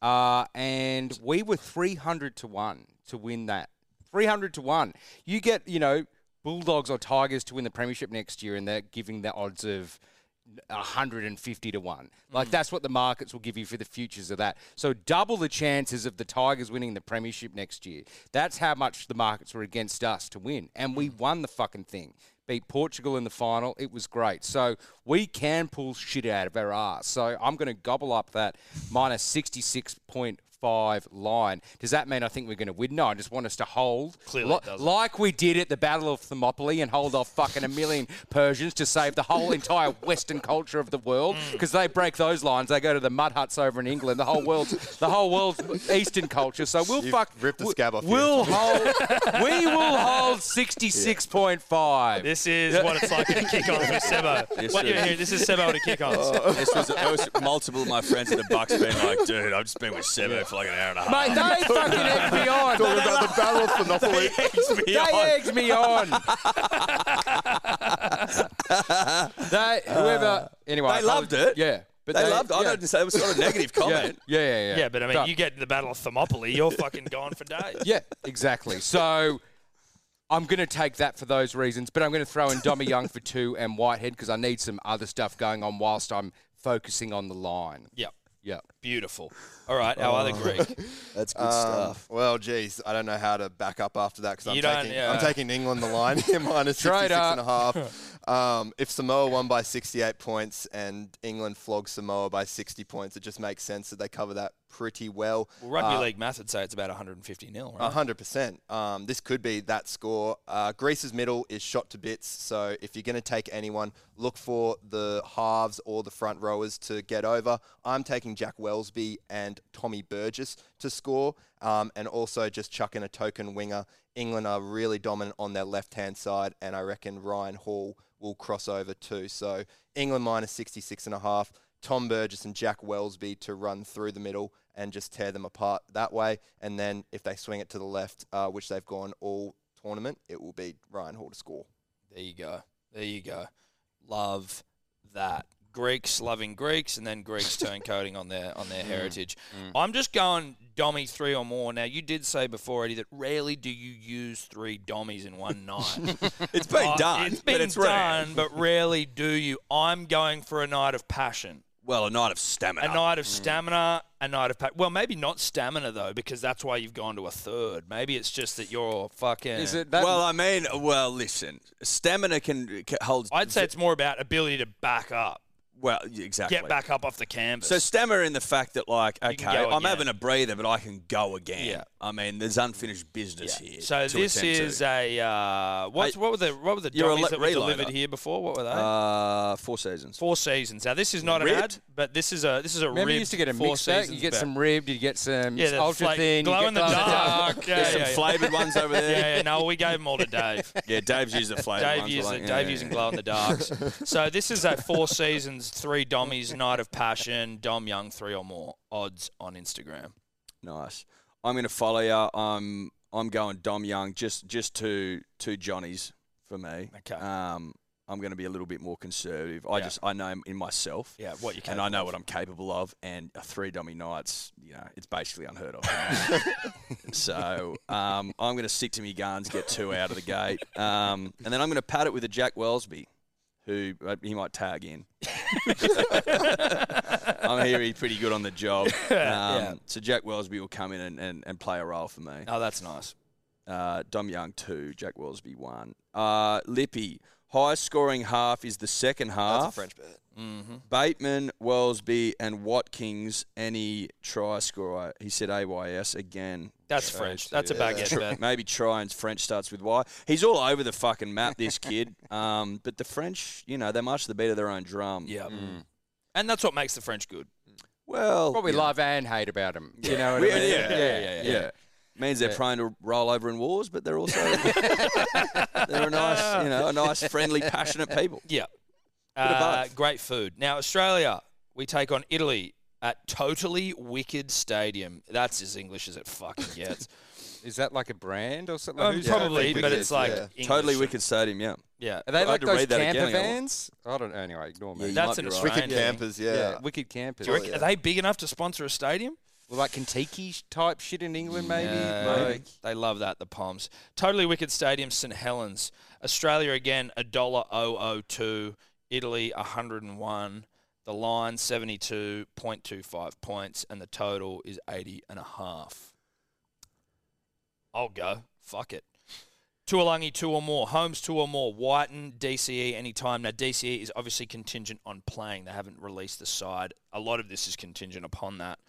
S3: Uh, and we were 300 to one to win that. 300 to one. You get you know Bulldogs or Tigers to win the premiership next year, and they're giving the odds of 150 to one.
S2: Mm.
S3: Like that's what the markets will give you for the futures of that. So double the chances of the Tigers winning the premiership next year. That's how much the markets were against us to win, and
S2: Mm.
S3: we won the fucking thing. Beat Portugal in the final. It was great. So we can pull shit out of our ass. So I'm going to gobble up that minus 66.5 line. Does that mean I think we're going to win? No, I just want us to hold.
S1: Clearly
S3: Lo-
S1: it doesn't.
S3: like we did at the Battle of Thermopylae and hold off fucking a million Persians to save the whole entire Western culture of the world
S1: Mm.
S3: because they break those lines. They go to the mud huts over in England. The whole world's the whole world's Eastern culture. So we'll
S4: You've
S3: fuck
S4: ripped the
S3: we-
S4: scab off your-
S3: We'll hold. we will hold sixty six point five.
S1: This is what it's like at a kick on for Sebo.
S2: Yes,
S1: what
S2: sir.
S1: you hearing? This is Sebo at a kick on.
S2: this was, it was multiple of my friends at the Bucks being like, dude, I've just been with Sebo for like an hour and a half.
S3: Mate, they fucking egg me on.
S4: Talking about the battle of Monopoly.
S3: They egged me on. they, whoever, anyway,
S2: Uh, They
S3: I
S2: loved
S3: was-
S2: it.
S3: Yeah, but
S2: they, loved. I
S3: yeah.
S2: don't say it was not a negative comment.
S3: Yeah, yeah, yeah.
S1: Yeah, but I mean,
S3: So-
S1: you get to the Battle of Thermopylae, you're fucking gone for days.
S3: Yeah, exactly. So I'm going to take that for those reasons, but I'm going to throw in Dommy Young for two and Whitehead because I need some other stuff going on whilst I'm focusing on the line.
S1: Yep.
S3: Yeah.
S1: Beautiful. All right, our other Greek.
S2: That's good
S4: Um, well, geez, I don't know how to back up after that because I'm
S1: You don't,
S4: taking
S1: yeah.
S4: I'm taking England the line here minus
S3: Trade
S4: 66 and a half. Um, if Samoa won by 68 points and England flogged Samoa by 60 points, it just makes sense that they cover that pretty well. Uh,
S1: Well, rugby league math would say it's about 150 nil, right?
S4: A hundred percent. Um, this could be that score. Uh, Greece's middle is shot to bits, so if you're going to take anyone, look for the halves or the front rowers to get over. I'm taking Jack Wellsby and Tommy Burgess to score, um, and also just chuck in a token winger. England are really dominant on their left-hand side, and I reckon Ryan Hall will cross over too. So England minus 66 and a half. Tom Burgess and Jack Wellsby to run through the middle and just tear them apart that way. And then if they swing it to the left, uh, which they've gone all tournament, it will be Ryan Hall to score.
S1: There you go. There you go. Love that. Greeks loving Greeks, and then Greeks turncoating on their on their heritage. I'm just going dummy three or more. Now you did say before, Eddie, that rarely do you use three dummies in one night.
S2: It's been
S1: Uh,
S2: done.
S1: It's been
S2: but it's rare.
S1: done, but rarely do you. I'm going for a night of passion.
S2: Well, a night of stamina.
S1: A night of stamina, a night of pa- well, maybe not stamina though, because that's why you've gone to a third. Maybe it's just that you're fucking.
S3: Is it that?
S2: well, uh, I mean, well, listen, stamina can, can holds.
S1: I'd say it's more about ability to back up.
S2: well, yeah, exactly.
S1: Get back up off the canvas.
S2: So stammer in the fact that like,
S1: can
S2: okay,
S1: go
S2: I'm
S1: again.
S2: having a breather, but I can go again.
S1: Yeah.
S2: I mean, there's unfinished business
S1: Yeah.
S2: here.
S1: So
S2: to
S1: this
S2: attend to.
S1: is a uh, what's, what were the what were the
S2: You're a
S1: dummies
S2: le-
S1: that were
S2: reloader.
S1: delivered here before? What were they?
S2: uh, four seasons.
S1: four seasons. Now this is not an
S2: Ribbed?
S1: ad, but this is a this is a
S3: Remember, you
S1: ribbed
S3: used to get a
S1: four
S3: mixed bag. You
S1: seasons
S3: get
S1: bet.
S3: some ribbed. You get some
S1: Yeah, the
S3: ultra
S1: flake-
S3: thin. you
S1: glow
S3: get
S1: in the
S3: glow in
S1: dark. Yeah,
S2: There's some
S1: yeah, yeah.
S2: flavoured ones over there.
S1: yeah,
S2: Yeah,
S1: yeah, no, we gave them all to Dave.
S2: Dave's used the flavoured
S1: Dave
S2: ones.
S1: using
S2: like,
S1: Dave
S2: yeah,
S1: using
S2: yeah.
S1: glow in the darks. so this is a four seasons, three dommies, night of passion, Dom Young, three or more odds on Instagram.
S2: Nice. I'm going to follow you. I'm I'm going Dom Young. Just just two two Johnnies for me.
S1: Okay.
S2: Um, I'm going to be a little bit more conservative. I
S1: Yeah.
S2: just I know in myself.
S1: Yeah, what you can.
S2: And I know what I'm capable of, and a three dummy night's, you know, it's basically unheard of. so um, I'm going to stick to my guns, get two out of the gate, um, and then I'm going to pat it with a Jack Wellsby, who uh, he might tag in. I'm here, he's pretty good on the job. Um,
S1: Yeah.
S2: So Jack Wellsby will come in and, and, and play a role for me.
S1: Oh, that's nice.
S2: Uh, Dom Young two, Jack Wellsby one. Uh, Lippy, highest scoring half is the second half.
S4: That's a French bet.
S1: Mm-hmm.
S2: Bateman, Wellsby, and Watkins, any try scorer. He said AYS again.
S1: That's
S2: Try-
S1: French. That's a
S2: yeah.
S1: baguette
S2: Tr-
S1: bet.
S2: Maybe try and French starts with Y. He's all over the fucking map, this kid. Um, but the French, you know, they march to the beat of their own drum.
S1: Yeah.
S2: Mm.
S1: And that's what makes the French good.
S2: Well,
S3: What we
S2: yeah.
S3: love and hate about them. You know what
S2: We-
S3: I mean?
S2: yeah, yeah, yeah, yeah. Means they're
S3: Yeah.
S2: prone to roll over in wars, but they're also they're a nice, you know, a nice, friendly, passionate people.
S1: Yeah.
S2: Bit of
S1: Uh,
S2: both.
S1: great food. Now, Australia, we take on Italy at Totally Wicked Stadium. That's as English as it fucking gets.
S3: Is that like a brand or something?
S1: Um,
S3: Who's-
S4: Totally
S1: probably, but
S4: Wicked,
S1: it's like
S4: yeah.
S1: English.
S2: Totally wicked stadium, yeah.
S1: Yeah.
S3: Are
S2: I'll
S3: they
S2: have
S3: like
S2: to
S3: those
S2: read that again,
S3: camper
S2: I gotta-
S3: vans? I don't. Anyway, ignore me.
S2: you
S1: That's
S2: might
S1: an
S2: be right.
S1: Australian
S4: Wicked
S1: thing.
S4: campers, yeah.
S3: wicked campers.
S1: Do you reckon,
S4: yeah.
S1: Are they big enough to sponsor a stadium?
S3: Well, like Kentucky type shit in England, maybe.
S1: Yeah,
S3: Like,
S1: They love that, the Palms. Totally Wicked Stadium, St Helens. Australia again, a dollar oh oh two. Italy hundred and one. The line seventy two point two five points, and the total is eighty and a half. I'll go. Fuck it. Tuolungi two or more, Holmes two or more, Whiten, DCE anytime. Now DCE is obviously contingent on playing. They haven't released the side. A lot of this is contingent upon that.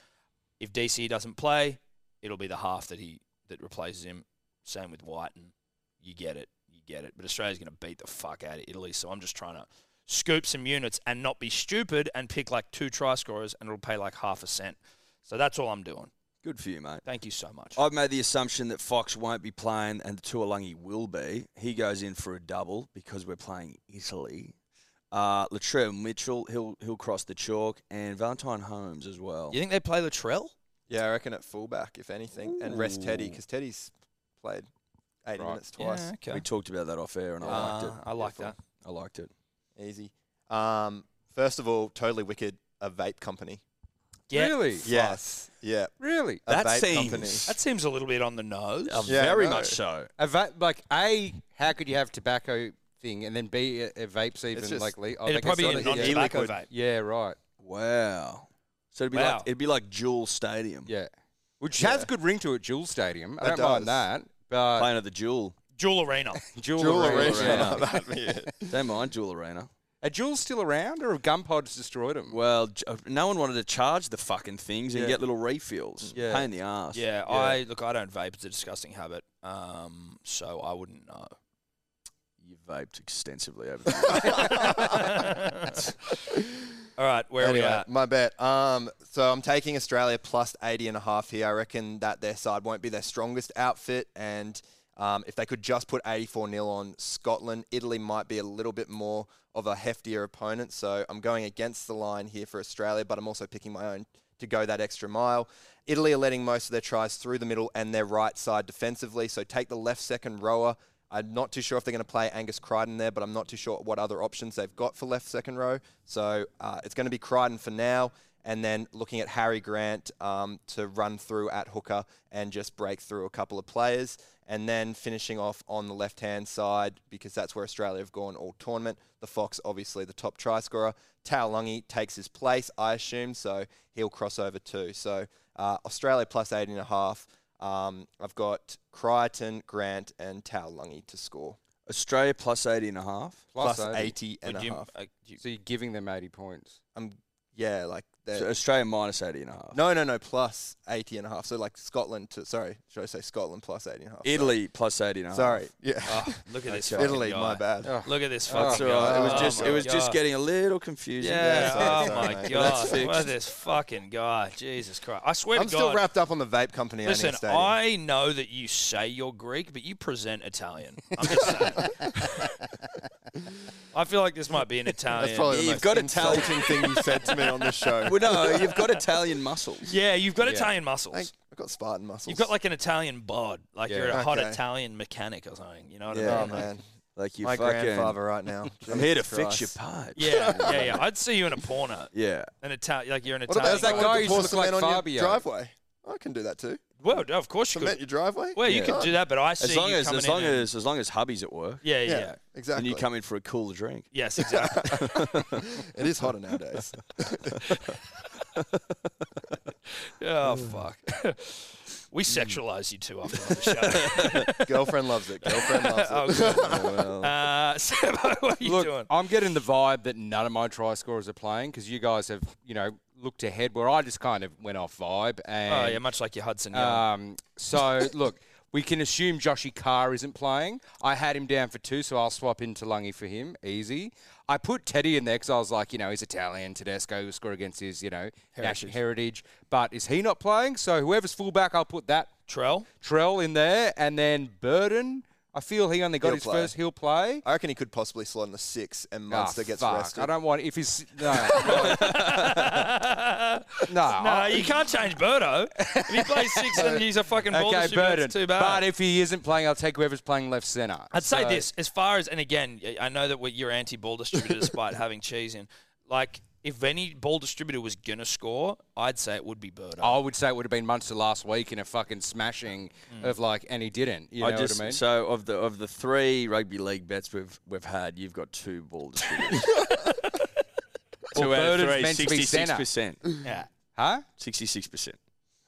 S1: If DCE doesn't play, it'll be the half that he that replaces him. Same with Whiten. You get it. You get it. But Australia's going to beat the fuck out of Italy. So I'm just trying to scoop some units and not be stupid and pick like two try scorers and it'll pay like half a cent. So that's all I'm doing.
S2: Good for you, mate.
S1: Thank you so much.
S2: I've made the assumption that Fox won't be playing and Tuolungi will be. He goes in for a double because we're playing Italy. Uh, Latrell Mitchell, he'll he'll cross the chalk, and Valentine Holmes as well.
S1: You think they play Latrell?
S4: Yeah, I reckon at fullback, if anything, and rest Teddy
S2: Ooh.
S4: because Teddy's played eighty
S3: Right.
S4: minutes twice.
S2: We talked about that off air, and I liked
S1: Uh,
S2: it.
S1: I like
S4: Yeah,
S1: that.
S2: I liked it.
S4: Easy. Um, first of all, totally wicked. A vape company.
S1: Yeah.
S3: Really?
S4: Yes. Yeah. Uh,
S3: Really?
S4: A
S2: That
S4: vape
S2: seems-
S4: company.
S1: That seems a little bit on the nose.
S4: Yeah,
S2: very
S4: no.
S2: much so.
S3: A va- like a, how could you have tobacco thing and then b a, a vapes even
S4: just-
S3: like le- oh,
S1: It'd
S3: like
S1: probably be
S3: it's
S1: a
S3: not- yeah.
S1: non-tobacco
S4: e-liquid.
S1: vape.
S3: yeah, right.
S2: Wow. So it'd be
S1: Wow.
S2: like it'd be like Jewel Stadium.
S3: Yeah, which has good ring to it. Jewel Stadium. I
S4: That
S3: don't
S4: does.
S3: mind that, but
S2: Playing at the Jewel.
S1: Jewel Arena.
S3: Jewel,
S4: Jewel
S3: Arena.
S4: Arena.
S2: around.
S4: That'd be it.
S2: Don't mind Jewel Arena.
S3: Are Jewels still around, or have Gunpod's destroyed them?
S2: Well, j- uh, no one wanted to charge the fucking things and
S3: Yeah.
S2: get little refills.
S3: Yeah.
S2: Pain in the ass.
S1: Yeah, I look. I don't vape. It's a disgusting habit. Um, so I wouldn't know.
S2: You vaped extensively over the
S1: All right, where are we
S4: Anyway,
S1: at?
S4: My bet. Um, so I'm taking Australia plus 80 and a half here. I reckon that their side won't be their strongest outfit. And um, if they could just put 84 nil on Scotland, Italy might be a little bit more of a heftier opponent. So I'm going against the line here for Australia, but I'm also picking my own to go that extra mile. Italy are letting most of their tries through the middle and their right side defensively. So take the left second rower. I'm not too sure if they're going to play Angus Crichton there, but I'm not too sure what other options they've got for left second row. So uh, it's going to be Crichton for now, and then looking at Harry Grant um, to run through at hooker and just break through a couple of players, and then finishing off on the left hand side because that's where Australia have gone all tournament. The Fox, obviously, the top try scorer. Tao Lungi takes his place, I assume, so he'll cross over too. So uh, Australia plus eight and a half. Um, I've got Crichton, Grant, and Tao Lungi to score.
S2: Australia plus 80 and a half.
S4: plus
S3: eighty.
S4: 80 and
S1: Would
S4: a
S1: you-
S4: half.
S1: uh, you-
S3: So you're giving them 80 points.
S4: I'm, yeah, like they're-
S2: So Australia minus 80 and a half.
S4: no, no, no, plus 80 and a half. So like Scotland to, sorry, should I say Scotland plus 80 and a half? Sorry.
S2: Italy plus 80 and a half. Uh,
S4: Sorry. Yeah.
S1: oh, look at this.
S2: Okay.
S1: fucking
S4: Italy, my
S1: guy.
S4: bad.
S3: Oh,
S1: Look at this
S3: Oh,
S1: fucking
S2: That's all
S1: guy.
S2: right. It was
S1: Oh
S2: just
S1: my
S2: it was just
S1: God.
S2: getting a little confusing.
S1: Yeah.
S4: Yeah, sorry,
S1: oh
S4: sorry,
S1: my
S4: mate.
S1: god.
S2: That's fixed.
S1: Look at this fucking guy. Jesus Christ. I swear
S4: I'm
S1: to
S4: still
S1: God.
S4: wrapped up on the vape company owning
S1: Listen,
S4: a stadium.
S1: I know that you say you're Greek, but you present Italian. I'm just saying. I feel like this might be an Italian.
S4: That's probably the
S2: You've
S4: most
S2: got to tell-
S4: insulting thing you said to me on this show.
S2: Well, no, you've got Italian muscles.
S1: yeah, you've got Italian muscles.
S4: Thank- I've got Spartan muscles.
S1: You've got like an Italian bod, like
S2: Yeah.
S1: you're a hot
S4: Okay.
S1: Italian mechanic or something. You know what
S2: Yeah,
S4: oh
S1: I mean? Like-
S4: man,
S2: Like you
S4: my
S2: fucking.
S4: grandfather right now.
S2: I'm here to
S4: Jesus
S2: fix
S4: Christ.
S2: your pipe.
S1: Yeah, yeah, yeah. I'd see you in a porno,
S2: Yeah.
S1: an Italian, like you're an
S4: What about
S1: Italian.
S3: that
S4: someone
S3: guy
S4: to
S3: who
S4: pour
S3: used to look
S4: cement
S3: like
S4: on
S3: Fabio?
S4: your driveway? I can do that too.
S1: well, no, of course you
S4: Cement
S1: could.
S4: your driveway.
S1: Well, you
S2: Yeah.
S1: could do that, but I see
S2: As long
S1: you
S2: as
S1: coming
S2: as long
S1: in and-
S2: as as long as hubby's at work
S1: yeah, yeah,
S4: yeah, exactly.
S2: and you come in for a cool drink.
S1: Yes, exactly.
S4: it is hotter nowadays.
S1: oh
S3: Hmm.
S1: fuck. we sexualize you too often on the
S4: Girlfriend loves it. Girlfriend loves it.
S1: Oh, good.
S2: Well,
S1: show. uh, Sebo, what are you
S3: Look,
S1: doing?
S3: I'm getting the vibe that none of my try scorers are playing because you guys have, you know, looked ahead where I just kind of went off vibe. And
S1: Oh yeah, much like your Hudson. Young.
S3: Um, so look, we can assume Joshy Carr isn't playing. I had him down for two, so I'll swap into Lungi for him. Easy. I put Teddy in there because I was like, you know, he's Italian. Tedesco will score against his, you know, heritage. heritage. But is he not playing? So whoever's fullback, I'll put that
S1: Trell.
S3: Trell in there, and then Burden. I feel he only got
S4: He'll
S3: his
S4: play.
S3: first. He'll play.
S4: I reckon he could possibly slot in the six, and
S3: Ah,
S4: Munster gets
S3: fuck.
S4: rested.
S3: I don't want if he's no, no,
S1: No, you can't change Birdo. If he plays six, then he's a fucking ball
S3: okay,
S1: distributor.
S3: Burden.
S1: That's too bad.
S3: But if he isn't playing, I'll take whoever's playing left centre.
S1: I'd say
S3: So-
S1: this as far as, and again, y- I know that we- you're anti ball distributor despite having cheese in. Like, if any ball distributor was going to score, I'd say it would be Birdo.
S3: I would say it would have been Munster last week in a fucking smashing
S1: Mm.
S3: of like, and he didn't. You know
S2: I just
S3: what I mean?
S2: so of the of the three rugby league bets we've we've had, you've got two ball distributors. two
S3: Well,
S2: out of
S3: Burden's
S2: three,
S3: meant to be
S2: sixty-six
S3: centre.
S2: percent.
S1: yeah.
S3: huh?
S2: Sixty-six percent.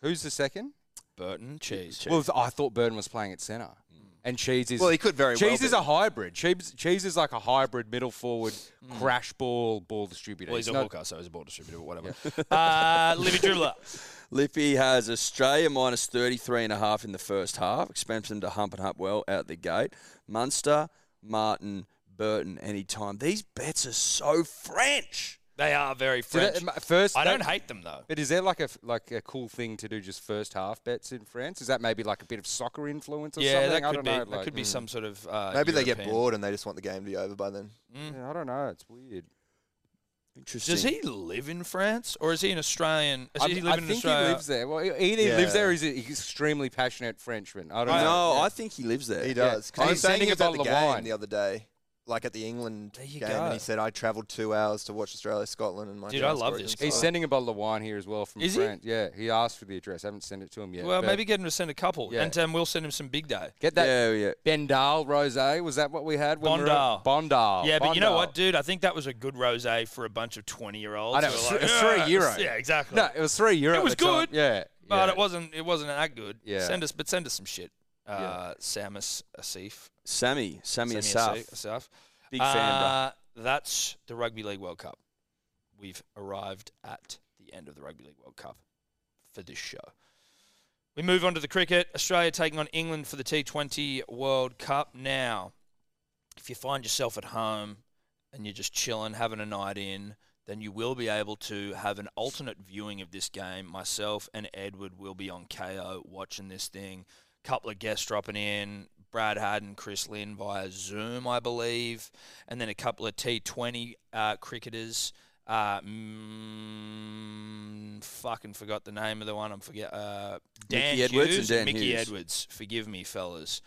S3: Who's the second?
S1: Burton, cheese.
S2: Cheese.
S3: Well, th- I thought Burden was playing at centre,
S1: Mm.
S3: and Cheese is
S4: Well, he could very well
S3: Cheese is
S4: be.
S3: a hybrid. Cheese, Cheese is like a hybrid middle forward, crash ball, ball distributor.
S1: Mm. Well, he's a
S3: not-
S1: hooker, so he's a ball distributor, but whatever. uh, Livy Dribbler.
S2: Lippy has Australia minus 33 and a half in the first half. Expects them to hump and hump well out the gate. Munster, Martin, Burton, anytime. These bets are so French.
S1: They are very
S3: Did it-
S1: French.
S3: m- first,
S1: I don't
S3: that-
S1: hate them, though.
S3: But is there like a f- like a cool thing to do just first half bets in France? Is that maybe like a bit of soccer influence or
S1: Yeah,
S3: something?
S1: that
S3: I
S1: could
S3: don't
S1: be,
S3: know.
S1: that
S3: like- mm.
S1: could be some sort of. Uh,
S4: Maybe they get
S1: European-
S4: bored and they just want the game to be over by then.
S3: Yeah, I don't know. It's weird.
S2: Interesting.
S1: Does he live in France or is he an Australian? Is
S3: I,
S1: he
S3: th-
S1: live
S3: I
S1: in
S3: think
S1: Australia?
S3: he lives there. Well, e- either he lives
S4: Yeah.
S3: there or he's an extremely passionate Frenchman. I don't know.
S2: No, Oh, I think he lives there.
S4: He does. 'Cause
S3: I'm
S4: he was saying
S3: sending
S4: he
S3: a
S4: was at
S3: bottle
S4: the
S3: of
S4: game
S3: wine.
S4: the other day, like at the England
S1: There you
S4: game, and
S1: go.
S4: he said I travelled two hours to watch Australia Scotland and my
S1: Dude,
S4: dad
S1: I love
S4: scored
S1: this
S4: against
S1: guy.
S3: He's
S1: Oh.
S4: Scotland."
S3: sending a bottle of wine here as well from
S1: Is he?
S3: France. Yeah, he asked for the address. I haven't sent it to him yet.
S1: Well,
S3: but
S1: maybe get him to send a couple,
S3: Yeah.
S1: and um, we'll send him some big day.
S3: get that
S2: Yeah, yeah.
S3: Bendal rosé. Was that what we had? when we were at-
S1: Bondal.
S3: Bondal.
S1: Yeah, but you know what,
S3: Bondal.
S1: dude? I think that was a good rosé for a bunch of twenty-year-olds.
S3: I know,
S1: who
S3: it
S1: were
S3: was
S1: like,
S3: th- it was three
S1: "Yeah,
S3: euro."
S1: Yeah, exactly.
S3: No, it was three euro.
S1: It
S3: at
S1: was
S3: the time.
S1: good,
S3: Yeah,
S1: but
S3: yeah.
S1: it wasn't. It wasn't that good.
S3: Yeah.
S1: Send us, but send us some shit. Uh, Samus Asif.
S2: Sammy, Sammy
S1: Sami
S2: Asaf.
S1: Asaf.
S2: Big fan, bro.
S1: Uh, That's the Rugby League World Cup. We've arrived at the end of the Rugby League World Cup for this show. We move on to the cricket. Australia taking on England for the T20 World Cup. Now, if you find yourself at home and you're just chilling, having a night in, then you will be able to have an alternate viewing of this game. Myself and Edward will be on KO watching this thing. Couple of guests dropping in. Brad Harden, Chris Lynn via Zoom, I believe, and then a couple of T20 uh, cricketers. Uh, mm, fucking forgot the name of the one. I'm forget. Uh, Dan
S2: Mickey Edwards and
S1: Hughes?
S2: Dan
S1: Mickey
S2: Hughes.
S1: Edwards. Forgive me, fellas.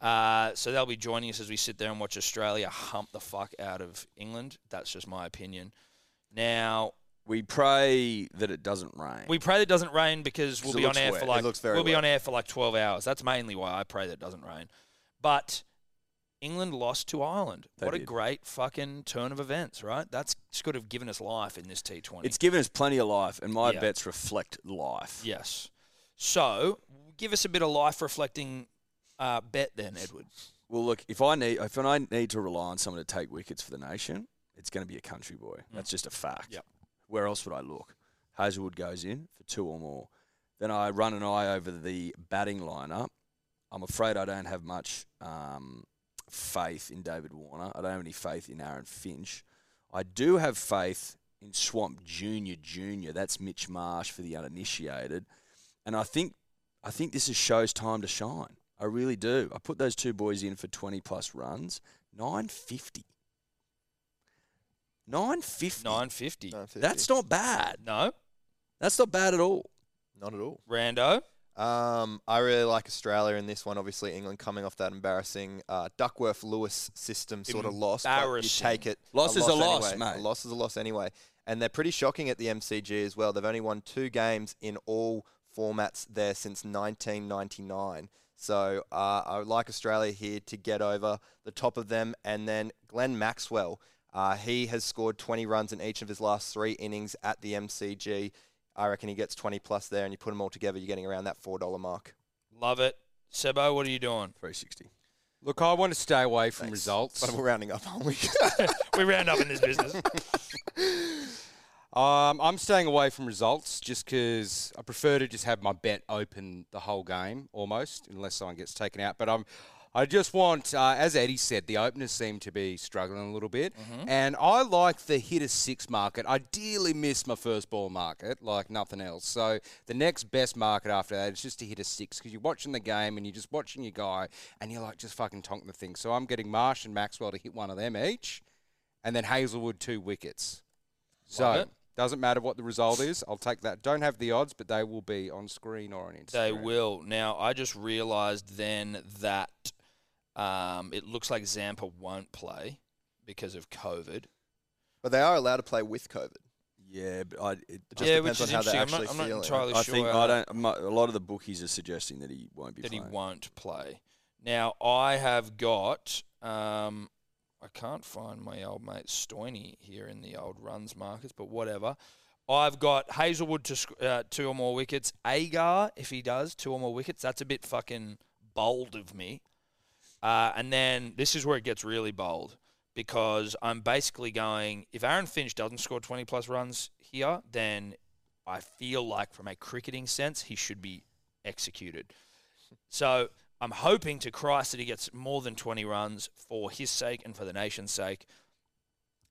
S1: Uh, so they'll be joining us as we sit there and watch Australia hump the fuck out of England. That's just my opinion. Now
S2: We pray that it doesn't rain.
S1: we pray that it doesn't rain because we'll
S2: Because it
S1: be on
S2: looks
S1: air
S2: wet.
S1: for
S2: It
S1: like
S4: looks very
S1: we'll be
S4: wet.
S1: on air for like 12 hours. That's mainly why I pray that it doesn't rain. But England lost to Ireland.
S2: They
S1: what a
S2: did.
S1: great fucking turn of events, right? That's could have given us life in this T20.
S2: it's given us plenty of life, and my
S1: Yeah.
S2: bets reflect life.
S1: yes. So give us a bit of life reflecting uh, bet then, Edward.
S2: Well, look, if I need if I need to rely on someone to take wickets for the nation, it's going to be a country boy. That's just a fact.
S1: Yep.
S2: Where else would I look? Hazelwood goes in for two or more. Then I run an eye over the batting lineup. I'm afraid I don't have much um, faith in David Warner. I don't have any faith in Aaron Finch. I do have faith in Swamp Junior Junior. That's Mitch Marsh for the uninitiated, and I think I think this is show's time to shine. I really do. I put those two boys in for 20 plus runs, 950. 950.
S1: 950. No.
S4: 950.
S2: That's not bad. That's not bad at all.
S4: not at all.
S1: Rando.
S4: Um, I really like Australia in this one. Obviously, England coming off that embarrassing uh, Duckworth Lewis system sort of loss. but You
S1: Embarrassing.
S4: take it.
S2: Loss is a loss,
S4: anyway.
S2: mate.
S4: A loss is a loss anyway. And they're pretty shocking at the MCG as well. They've only won two games in all formats there since 1999. So uh, I would like Australia here to get over the top of them. And then Glenn Maxwell, uh, he has scored 20 runs in each of his last three innings at the MCG. I reckon he gets 20 plus there, and you put them all together, you're getting around that $4 mark.
S1: Love it. Sebo, what are you doing?
S2: 360.
S3: Look, I want to stay away from
S4: Thanks.
S3: results.
S4: But we're rounding up, aren't we?
S1: we round up in this business.
S3: Um, I'm staying away from results just because I prefer to just have my bet open the whole game almost, unless someone gets taken out. But I'm, I just want, uh, as Eddie said, the openers seem to be struggling a little bit, and I like the hit a six market. I dearly miss my first ball market like nothing else. So the next best market after that is just to hit a six because you're watching the game and you're just watching your guy, and you're like just fucking tonk the thing. So I'm getting Marsh and Maxwell to hit one of them each, and then Hazelwood two wickets.
S1: Love
S3: So
S1: it.
S3: doesn't matter what the result is. I'll take that. Don't have the odds, but they will be on screen or on Instagram.
S1: They will. Now, I just realised then that um, it looks like Zampa won't play because of COVID.
S4: but they are allowed to play with COVID.
S2: Yeah, but I, it,
S4: just
S1: yeah,
S4: depends
S1: which is
S4: on how
S1: interesting.
S4: they're
S1: I'm not, I'm
S4: actually
S1: not
S4: feeling.
S1: entirely
S2: I
S1: sure
S2: think
S1: how
S2: I don't. mo- A lot of the bookies are suggesting that he won't be
S1: that he
S2: playing.
S1: won't play. Now, I have got. Um, I can't find my old mate Stoiny here in the old runs markets, but whatever. I've got Hazelwood to sc- uh, two or more wickets. Agar, if he does two or more wickets, that's a bit fucking bold of me. Uh, and then this is where it gets really bold because I'm basically going if Aaron Finch doesn't score 20 plus runs here, then I feel like from a cricketing sense, he should be executed. So I'm hoping to Christ that he gets more than 20 runs for his sake and for the nation's sake.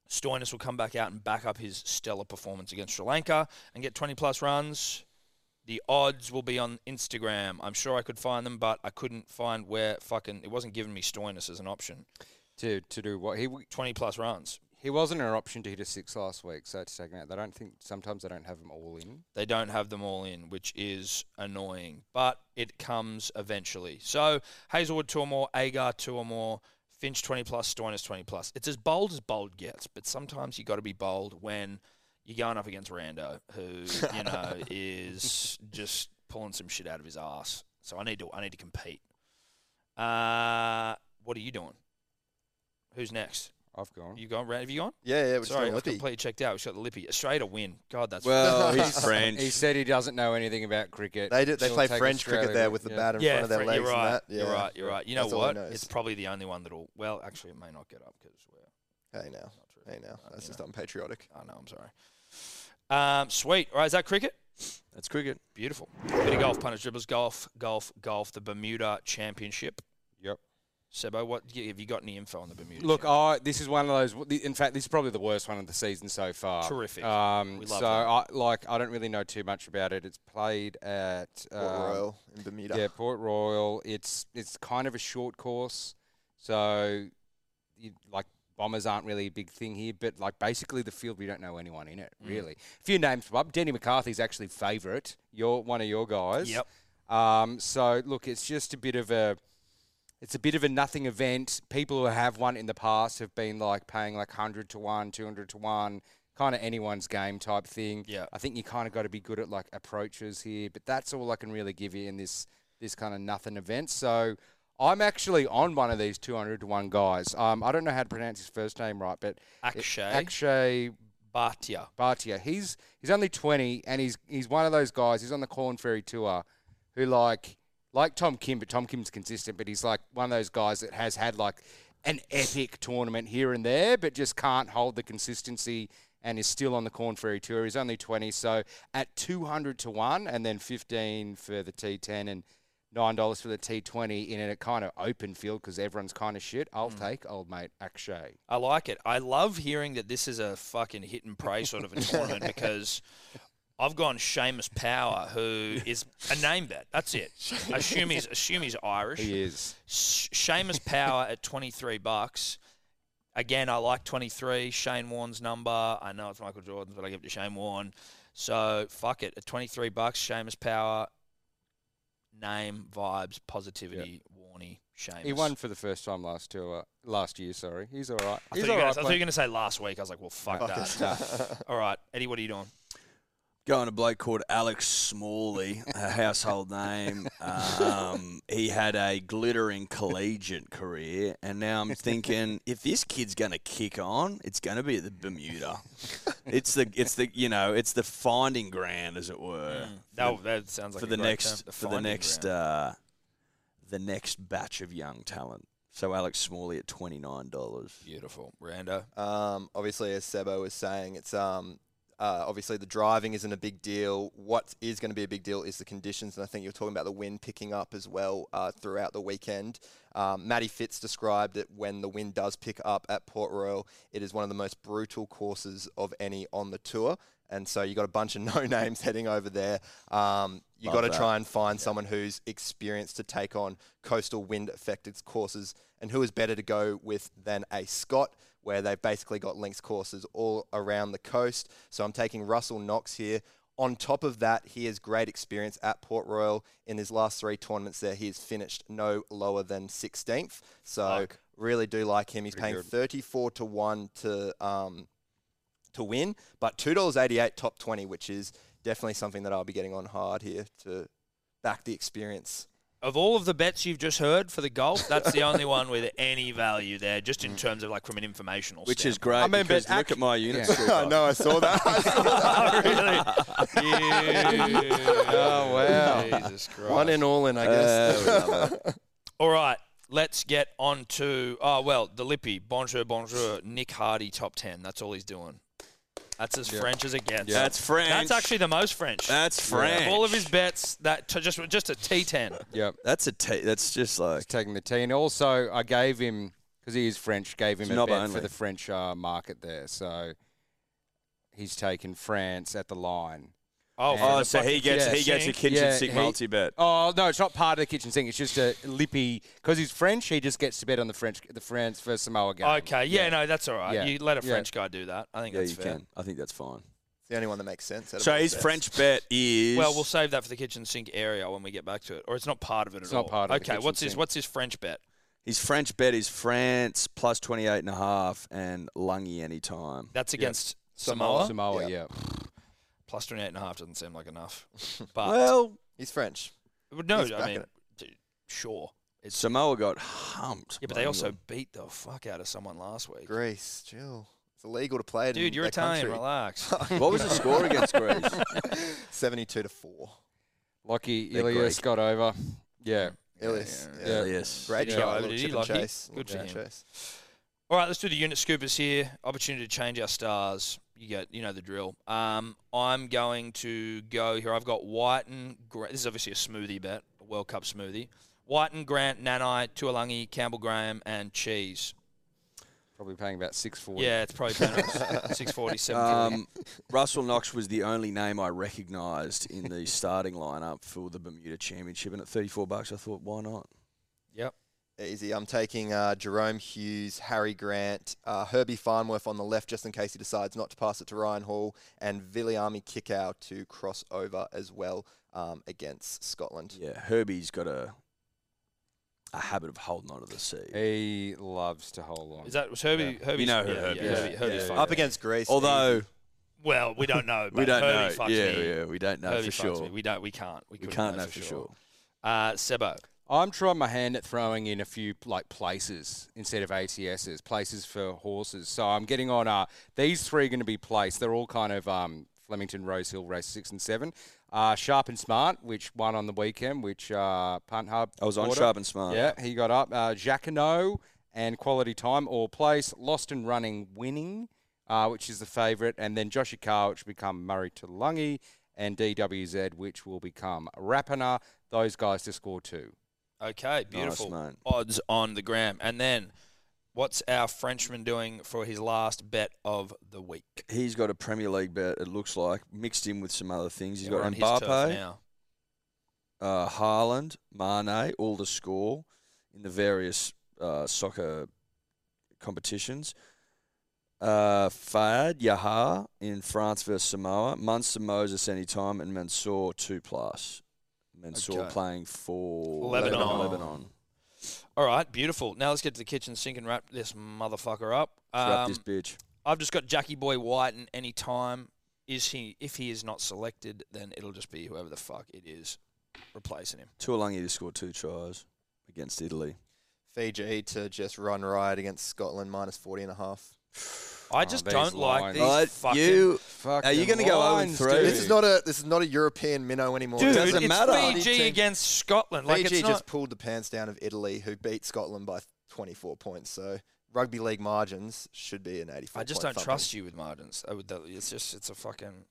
S1: Stoinis will come back out and back up his stellar performance against Sri Lanka and get 20 plus runs. The odds will be on Instagram. I'm sure I could find them, but I couldn't find where fucking it wasn't giving me Stoinis as an option.
S3: to to do what he w-
S1: 20 plus runs.
S3: he wasn't an option to hit a six last week, so it's taken out. They don't think sometimes they don't have them all in.
S1: They don't have them all in, which is annoying, but it comes eventually. So Hazelwood two or more, Agar two or more, Finch twenty plus, Stoinis twenty plus. It's as bold as bold gets, but sometimes you got to be bold when you're going up against Rando, who you know is just pulling some shit out of his ass. So I need to I need to compete. Uh, what are you doing? Who's next?
S3: I've gone.
S1: You gone? Ran- Have you gone?
S4: Yeah, yeah. We're just
S1: Sorry, I was
S4: doing Lippy.
S1: completely checked out. We shot the lippy. Australia to win. God, that's
S2: Well,
S4: he's
S2: he's French.
S3: He said he doesn't know anything about cricket.
S4: They do, they
S3: She'll
S4: play
S3: take
S4: French cricket
S3: Australia
S4: there
S3: to-
S4: with the
S3: yeah.
S4: bat in
S1: yeah,
S4: front of their
S1: Fran-
S4: legs
S1: You're
S4: and
S1: right.
S4: that. Yeah.
S1: You're right. You're right. You know
S4: That's all he
S1: what?
S4: knows.
S1: It's probably the only one that'll. Well, actually, it may not get up because we're
S4: Hey now,
S1: not true.
S4: hey now.
S1: Uh,
S4: That's
S1: you
S4: just
S1: know.
S4: unpatriotic.
S1: I know. I'm sorry. Um, sweet. All right, is that cricket?
S2: That's cricket.
S1: Beautiful. Bit of golf, punish dribbles, golf, golf, golf. The Bermuda Championship.
S3: Yep.
S1: Sebo, what y- have you got any info on the Bermuda?
S3: Look,
S1: Championship?
S3: I, this is one of those. In fact, this is probably the worst one of the season so far.
S1: Terrific.
S3: Um,
S1: We love that.
S3: so, I, like, I don't really know too much about it. It's played at
S4: Port
S3: um,
S4: Royal in Bermuda.
S3: Yeah, Port Royal. It's it's kind of a short course, so you, like bombers aren't really a big thing here. But like basically the field, we don't know anyone in it really. A few names pop up. Denny McCarthy's actually favourite. You're one of your guys.
S1: Yep.
S3: Um, so look, it's just a bit of a it's a bit of a nothing event. People who have won in the past have been like paying like 100 to 1, 200 to 1, kind of anyone's game type thing.
S1: Yeah.
S3: I think you kind of got to be good at like approaches here, but that's all I can really give you in this this kind of nothing event. So I'm actually on one of these 200 to 1 guys. Um, I don't know how to pronounce his first name right, but it-
S1: Akshay
S3: Akshay
S1: Bhatia.
S3: Bhatia. He's he's only twenty, and he's he's one of those guys. He's on the Corn Ferry tour, who like like Tom Kim, but Tom Kim's consistent, but he's like one of those guys that has had like an epic tournament here and there, but just can't hold the consistency and is still on the Corn Ferry Tour. He's only 20, so at 200 to 1 and then 15 for the T10 and $9 for the T20 in a kind of open field because everyone's kind of shit. I'll take old mate Akshay.
S1: I like it. I love hearing that this is a fucking hit and pray sort of a tournament because I've gone Seamus Power, who is a name bet. That's it. Assume he's assume he's Irish.
S3: He is.
S1: Sh- Seamus Power at 23 bucks. Again, I like 23. Shane Warne's number. I know it's Michael Jordan's, but I give it to Shane Warne. So fuck it. At 23 bucks, Seamus Power. Name, vibes, positivity, Warney, Seamus.
S3: He won for the first time last tour, last year. Sorry, he's all right.
S1: I thought,
S3: He's
S1: you were
S3: all
S1: gonna- I
S3: right.
S1: thought you were
S3: bloke.
S1: going to say last week. I was like, well, fuck that. All right, Eddie, what are you doing?
S2: Going to a bloke called Alex Smalley, a household name. Um, he had a glittering collegiate career, and now I'm thinking if this kid's going to kick on, it's going to be at the Bermuda. It's the it's the you know it's the finding ground, as it were,
S1: No, that sounds like
S2: for
S1: a
S2: the
S1: great term,
S2: next for the
S1: finding
S2: next
S1: ground.
S2: uh, the next batch of young talent. So Alex Smalley at twenty nine dollars.
S1: Beautiful, Rando.
S4: Um, obviously, as Sebo was saying, it's um, uh, obviously the driving isn't a big deal. What is going to be a big deal is the conditions, and I think you're talking about the wind picking up as well uh, throughout the weekend. Um, Matty Fitz described that when the wind does pick up at Port Royal, it is one of the most brutal courses of any on the tour. And so you got a bunch of no names heading over there. Um, you
S2: Love
S4: got to
S2: that.
S4: try and find someone who's experienced to take on coastal wind affected courses. And who is better to go with than a Scot, where they've basically got links courses all around the coast. So I'm taking Russell Knox here. On top of that, he has great experience at Port Royal. In his last three tournaments there, he has finished no lower than 16th. So really do like him. He's paying 34 to 1 to. Um, to win, but two dollars eighty eight top twenty, which is definitely something that I'll be getting on hard here to back the experience.
S2: uh,
S1: Of all of the bets you've just heard for the golf, that's the only one with any value there, just
S2: Mm.
S1: in terms of like from an informational
S2: Which is
S1: standpoint.
S2: great.
S3: I mean, but
S2: because look
S3: act-
S2: at my unit.
S3: Yeah.
S2: scorecard.
S4: I saw that.
S1: really.
S3: Oh, wow.
S1: Jesus Christ.
S4: One in all in, I guess.
S2: Uh, we love that.
S1: All right, let's get on to oh well, the Lippy. Bonjour, bonjour. Nick Hardy, top ten. That's all he's doing. That's as French as it gets.
S2: That's French.
S1: That's actually the most French.
S2: That's French.
S1: Of all of his bets, that to just just a T ten.
S3: Yep.
S2: That's a t- that's just like
S3: taking the tea. And also, I gave him because he is French. Gave him
S2: It's
S3: a
S2: knob
S3: bet
S2: only.
S3: for the French uh, market there, so he's taken France at the line.
S1: Oh,
S3: Oh,
S1: for the fucking
S3: yeah,
S1: kitchen sink.
S3: Yeah, he-
S2: bet.
S3: Oh no, it's not part of the kitchen sink. It's just a lippy because he's French. He just gets to bet on the French, the France versus Samoa game.
S1: Okay, yeah, no, that's all right.
S3: Yeah.
S1: You let a
S3: Yeah.
S1: French guy do that. I think
S2: Yeah,
S1: that's
S2: you
S1: fair.
S2: can. I think that's fine.
S4: It's the only one that makes sense. out of
S2: So
S4: all
S2: his
S4: the bets.
S2: French bet is
S1: Well, we'll save that for the kitchen sink area when we get back to it, or it's not part of it
S3: It's
S1: at
S3: not
S1: all.
S3: part of the
S1: okay,
S3: kitchen
S1: what's his
S3: sink.
S1: what's his French bet?
S2: his French bet is France plus 28 and a half and Lungy anytime.
S1: That's against
S4: Samoa.
S1: Samoa.
S3: Samoa, yeah.
S4: Yeah.
S1: Plus twenty eight and a half doesn't seem like enough, but
S2: Well,
S4: He's French.
S1: Well, No,
S4: He's
S1: I
S4: back
S1: mean,
S4: at
S1: d- sure. It's
S2: Samoa got humped.
S1: yeah, but
S2: by
S1: they also
S2: England.
S1: beat the fuck out of someone last week.
S4: Greece, chill. It's illegal to play it.
S1: Dude,
S4: in
S1: you're
S4: their
S1: Italian.
S4: country.
S1: Relax.
S2: What was the score against Greece?
S4: Seventy-two to four.
S3: Lucky
S2: They're
S3: Ilias
S2: Greek.
S3: got over. Yeah,
S4: Ilias.
S1: yeah,
S4: Yeah.
S3: yeah.
S2: Yes.
S4: Great
S1: Yeah,
S4: try.
S1: but
S4: little
S1: did he
S4: chip and
S1: like it?
S4: chase.
S1: Good
S4: Little
S1: for
S4: chip
S1: him.
S4: and chase.
S1: All right, let's do the unit scoopers here. Opportunity to change our stars. You get, you know the drill. Um, I'm going to go here. I've got White and Gra- this is obviously a smoothie bet, a World Cup smoothie. White and Grant, Nanai, Tuolungi, Campbell Graham, and Cheese.
S3: probably paying about six forty.
S1: Yeah, it's probably six forty seven.
S2: Um, Russell Knox was the only name I recognised in the starting lineup for the Bermuda Championship, and at 34 bucks, I thought, why not?
S1: yep.
S4: Easy. I'm taking uh, Jerome Hughes, Harry Grant, uh, Herbie Farnworth on the left, just in case he decides not to pass it to Ryan Hall, and Viliami Kickow to cross over as well um, against Scotland.
S2: Yeah, Herbie's got a a habit of holding on to the sea.
S3: he loves to hold on.
S1: Is that was Herbie? Herbie,
S2: You know who
S1: yeah,
S2: Herbie
S1: yeah,
S2: is.
S1: Herbie, Herbie's
S3: Yeah,
S1: fine.
S3: yeah.
S4: Up against Greece.
S2: Although
S4: easy.
S1: Well, we don't know. But
S2: we don't
S1: Herbie
S2: know.
S1: Fucks
S2: Yeah,
S1: me.
S2: yeah, we don't know
S1: Herbie
S2: for
S1: fucks
S2: sure.
S1: me.
S2: We,
S1: We don't. We can't. We, couldn't
S2: can't know for sure.
S1: Uh, Sebo.
S3: I'm trying my hand at throwing in a few like places instead of ATSs, places for horses. So I'm getting on. Uh, these three are going to be placed. They're all kind of um, Flemington Rose Hill race six and seven. Uh, Sharp and Smart, which won on the weekend, which uh, Punt Hub.
S2: I was on
S3: order.
S2: Sharp and Smart.
S3: Yeah, he got up. Uh, Jacquinot and Quality Time, all place. Lost and Running winning, uh, which is the favourite. And then Joshua Carr, which become Murray Tulungi, and DWZ, which will become Rapana. Those guys to score two.
S1: Okay, beautiful.
S2: mate.
S1: Odds on the gram. And then what's our Frenchman doing for his last bet of the week?
S2: He's got a Premier League bet. It looks like mixed in with some other things. He's
S1: We're
S2: got
S1: on his turf
S2: Mbappe,
S1: now.
S2: uh, Haaland, Mane, all to score in the various uh, soccer competitions. Uh, Fayad Yahar in France versus Samoa. Munster Moses anytime and Mansour two plus. Mansour
S1: Okay.
S2: playing for
S1: Lebanon.
S2: Lebanon.
S1: All right, beautiful. Now let's get to the kitchen sink and wrap this motherfucker up.
S2: Wrap
S1: Um,
S2: this bitch.
S1: I've just got Jackie Boy White and any time is he if he is not selected, then it'll just be whoever the fuck it is replacing him.
S2: Tuolangi to score two tries against Italy.
S4: Fiji to just run riot against Scotland minus 40 and a half.
S1: I
S3: Oh,
S1: just
S3: these
S1: don't like
S3: lines.
S1: these
S2: Alright,
S1: fucking.
S2: you
S3: Fuck.
S2: Are you gonna go 0 and three?
S4: This is not a this is not a European minnow anymore.
S1: Dude,
S2: doesn't
S1: it's
S2: matter.
S1: Fiji
S4: Team-
S1: against Scotland. Like
S4: Fiji
S1: it's not,
S4: just pulled the pants down of Italy, who beat Scotland by 24 points. So rugby league margins should be an 84.
S1: I just don't trust you with margins. I would, it's just it's a fucking.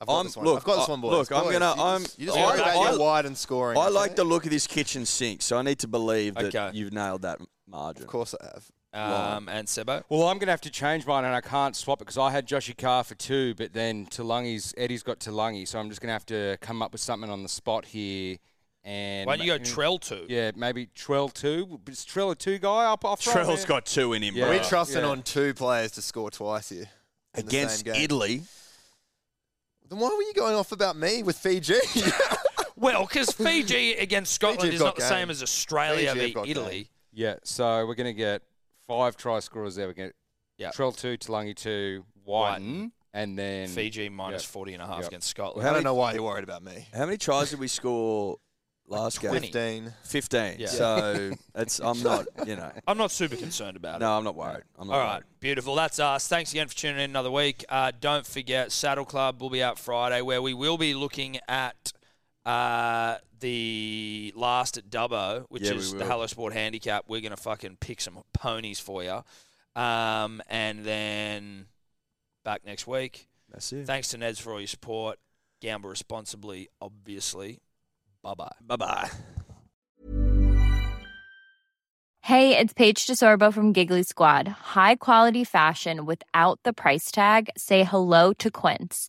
S4: I've got
S2: I'm-
S4: this one.
S2: look,
S4: I've got this
S2: I-
S4: one, boys.
S2: look, I'm
S4: Boys,
S2: gonna-
S4: You
S2: I'm-
S4: just, you just
S1: I-
S4: worry about
S2: I-
S4: your wide and scoring.
S2: I
S4: okay?
S2: like the look of this kitchen sink, so I need to believe that
S1: Okay.
S2: you've nailed that margin.
S4: Of course I have.
S1: Um, and Sebo.
S3: Well, I'm going to have to change mine, and I can't swap it because I had Joshy Carr for two, but then Tulungi's Eddie's got Tulungi, so I'm just going to have to come up with something on the spot here. And
S1: Why don't you go
S3: ma-
S1: Trell two?
S3: Yeah, maybe Trell two. Is Trell a two guy? I'll, I'll throw him
S2: Trell's
S3: in.
S2: got two in him,
S3: Yeah.
S4: Are
S2: bro.
S4: we trusting
S3: yeah.
S4: on two players to score twice here? in the same
S2: Against
S4: game?
S2: Italy.
S4: Then why were you going off about me with Fiji?
S1: Well, because Fiji against Scotland
S4: Fiji have
S1: is not
S4: got
S1: the same
S4: game.
S1: as Australia
S4: Fiji have
S1: v
S4: got
S1: Italy.
S3: Yeah, so we're going to get five try scorers there. We're going to
S1: Yeah.
S3: Trell two, Tulungi two, Whiten, and then
S1: Fiji minus
S3: Yep.
S1: 40 and a half
S3: Yep.
S1: against
S2: Well,
S1: Scotland.
S2: how
S4: I don't
S2: many-
S4: know why you're worried about me.
S2: How many tries did we score last game?
S1: 20.
S4: 15.
S2: 15.
S1: Yeah.
S2: So it's, I'm not, you know.
S1: I'm not super concerned about it.
S2: No, I'm not worried. I'm not
S1: All
S2: worried.
S1: right, beautiful. That's us. Thanks again for tuning in another week. Uh, don't forget, Saddle Club will be out Friday, where we will be looking at uh, the last at Dubbo, which
S2: Yeah, we
S1: is the
S2: will.
S1: Hello Sport Handicap. We're gonna fucking pick some ponies for you, um, and then back next week.
S2: That's it.
S1: Thanks to Neds for all your support. Gamble responsibly, obviously. Bye bye.
S2: Bye bye.
S5: Hey, it's Paige DeSorbo from Giggly Squad. High quality fashion without the price tag. Say hello to Quince.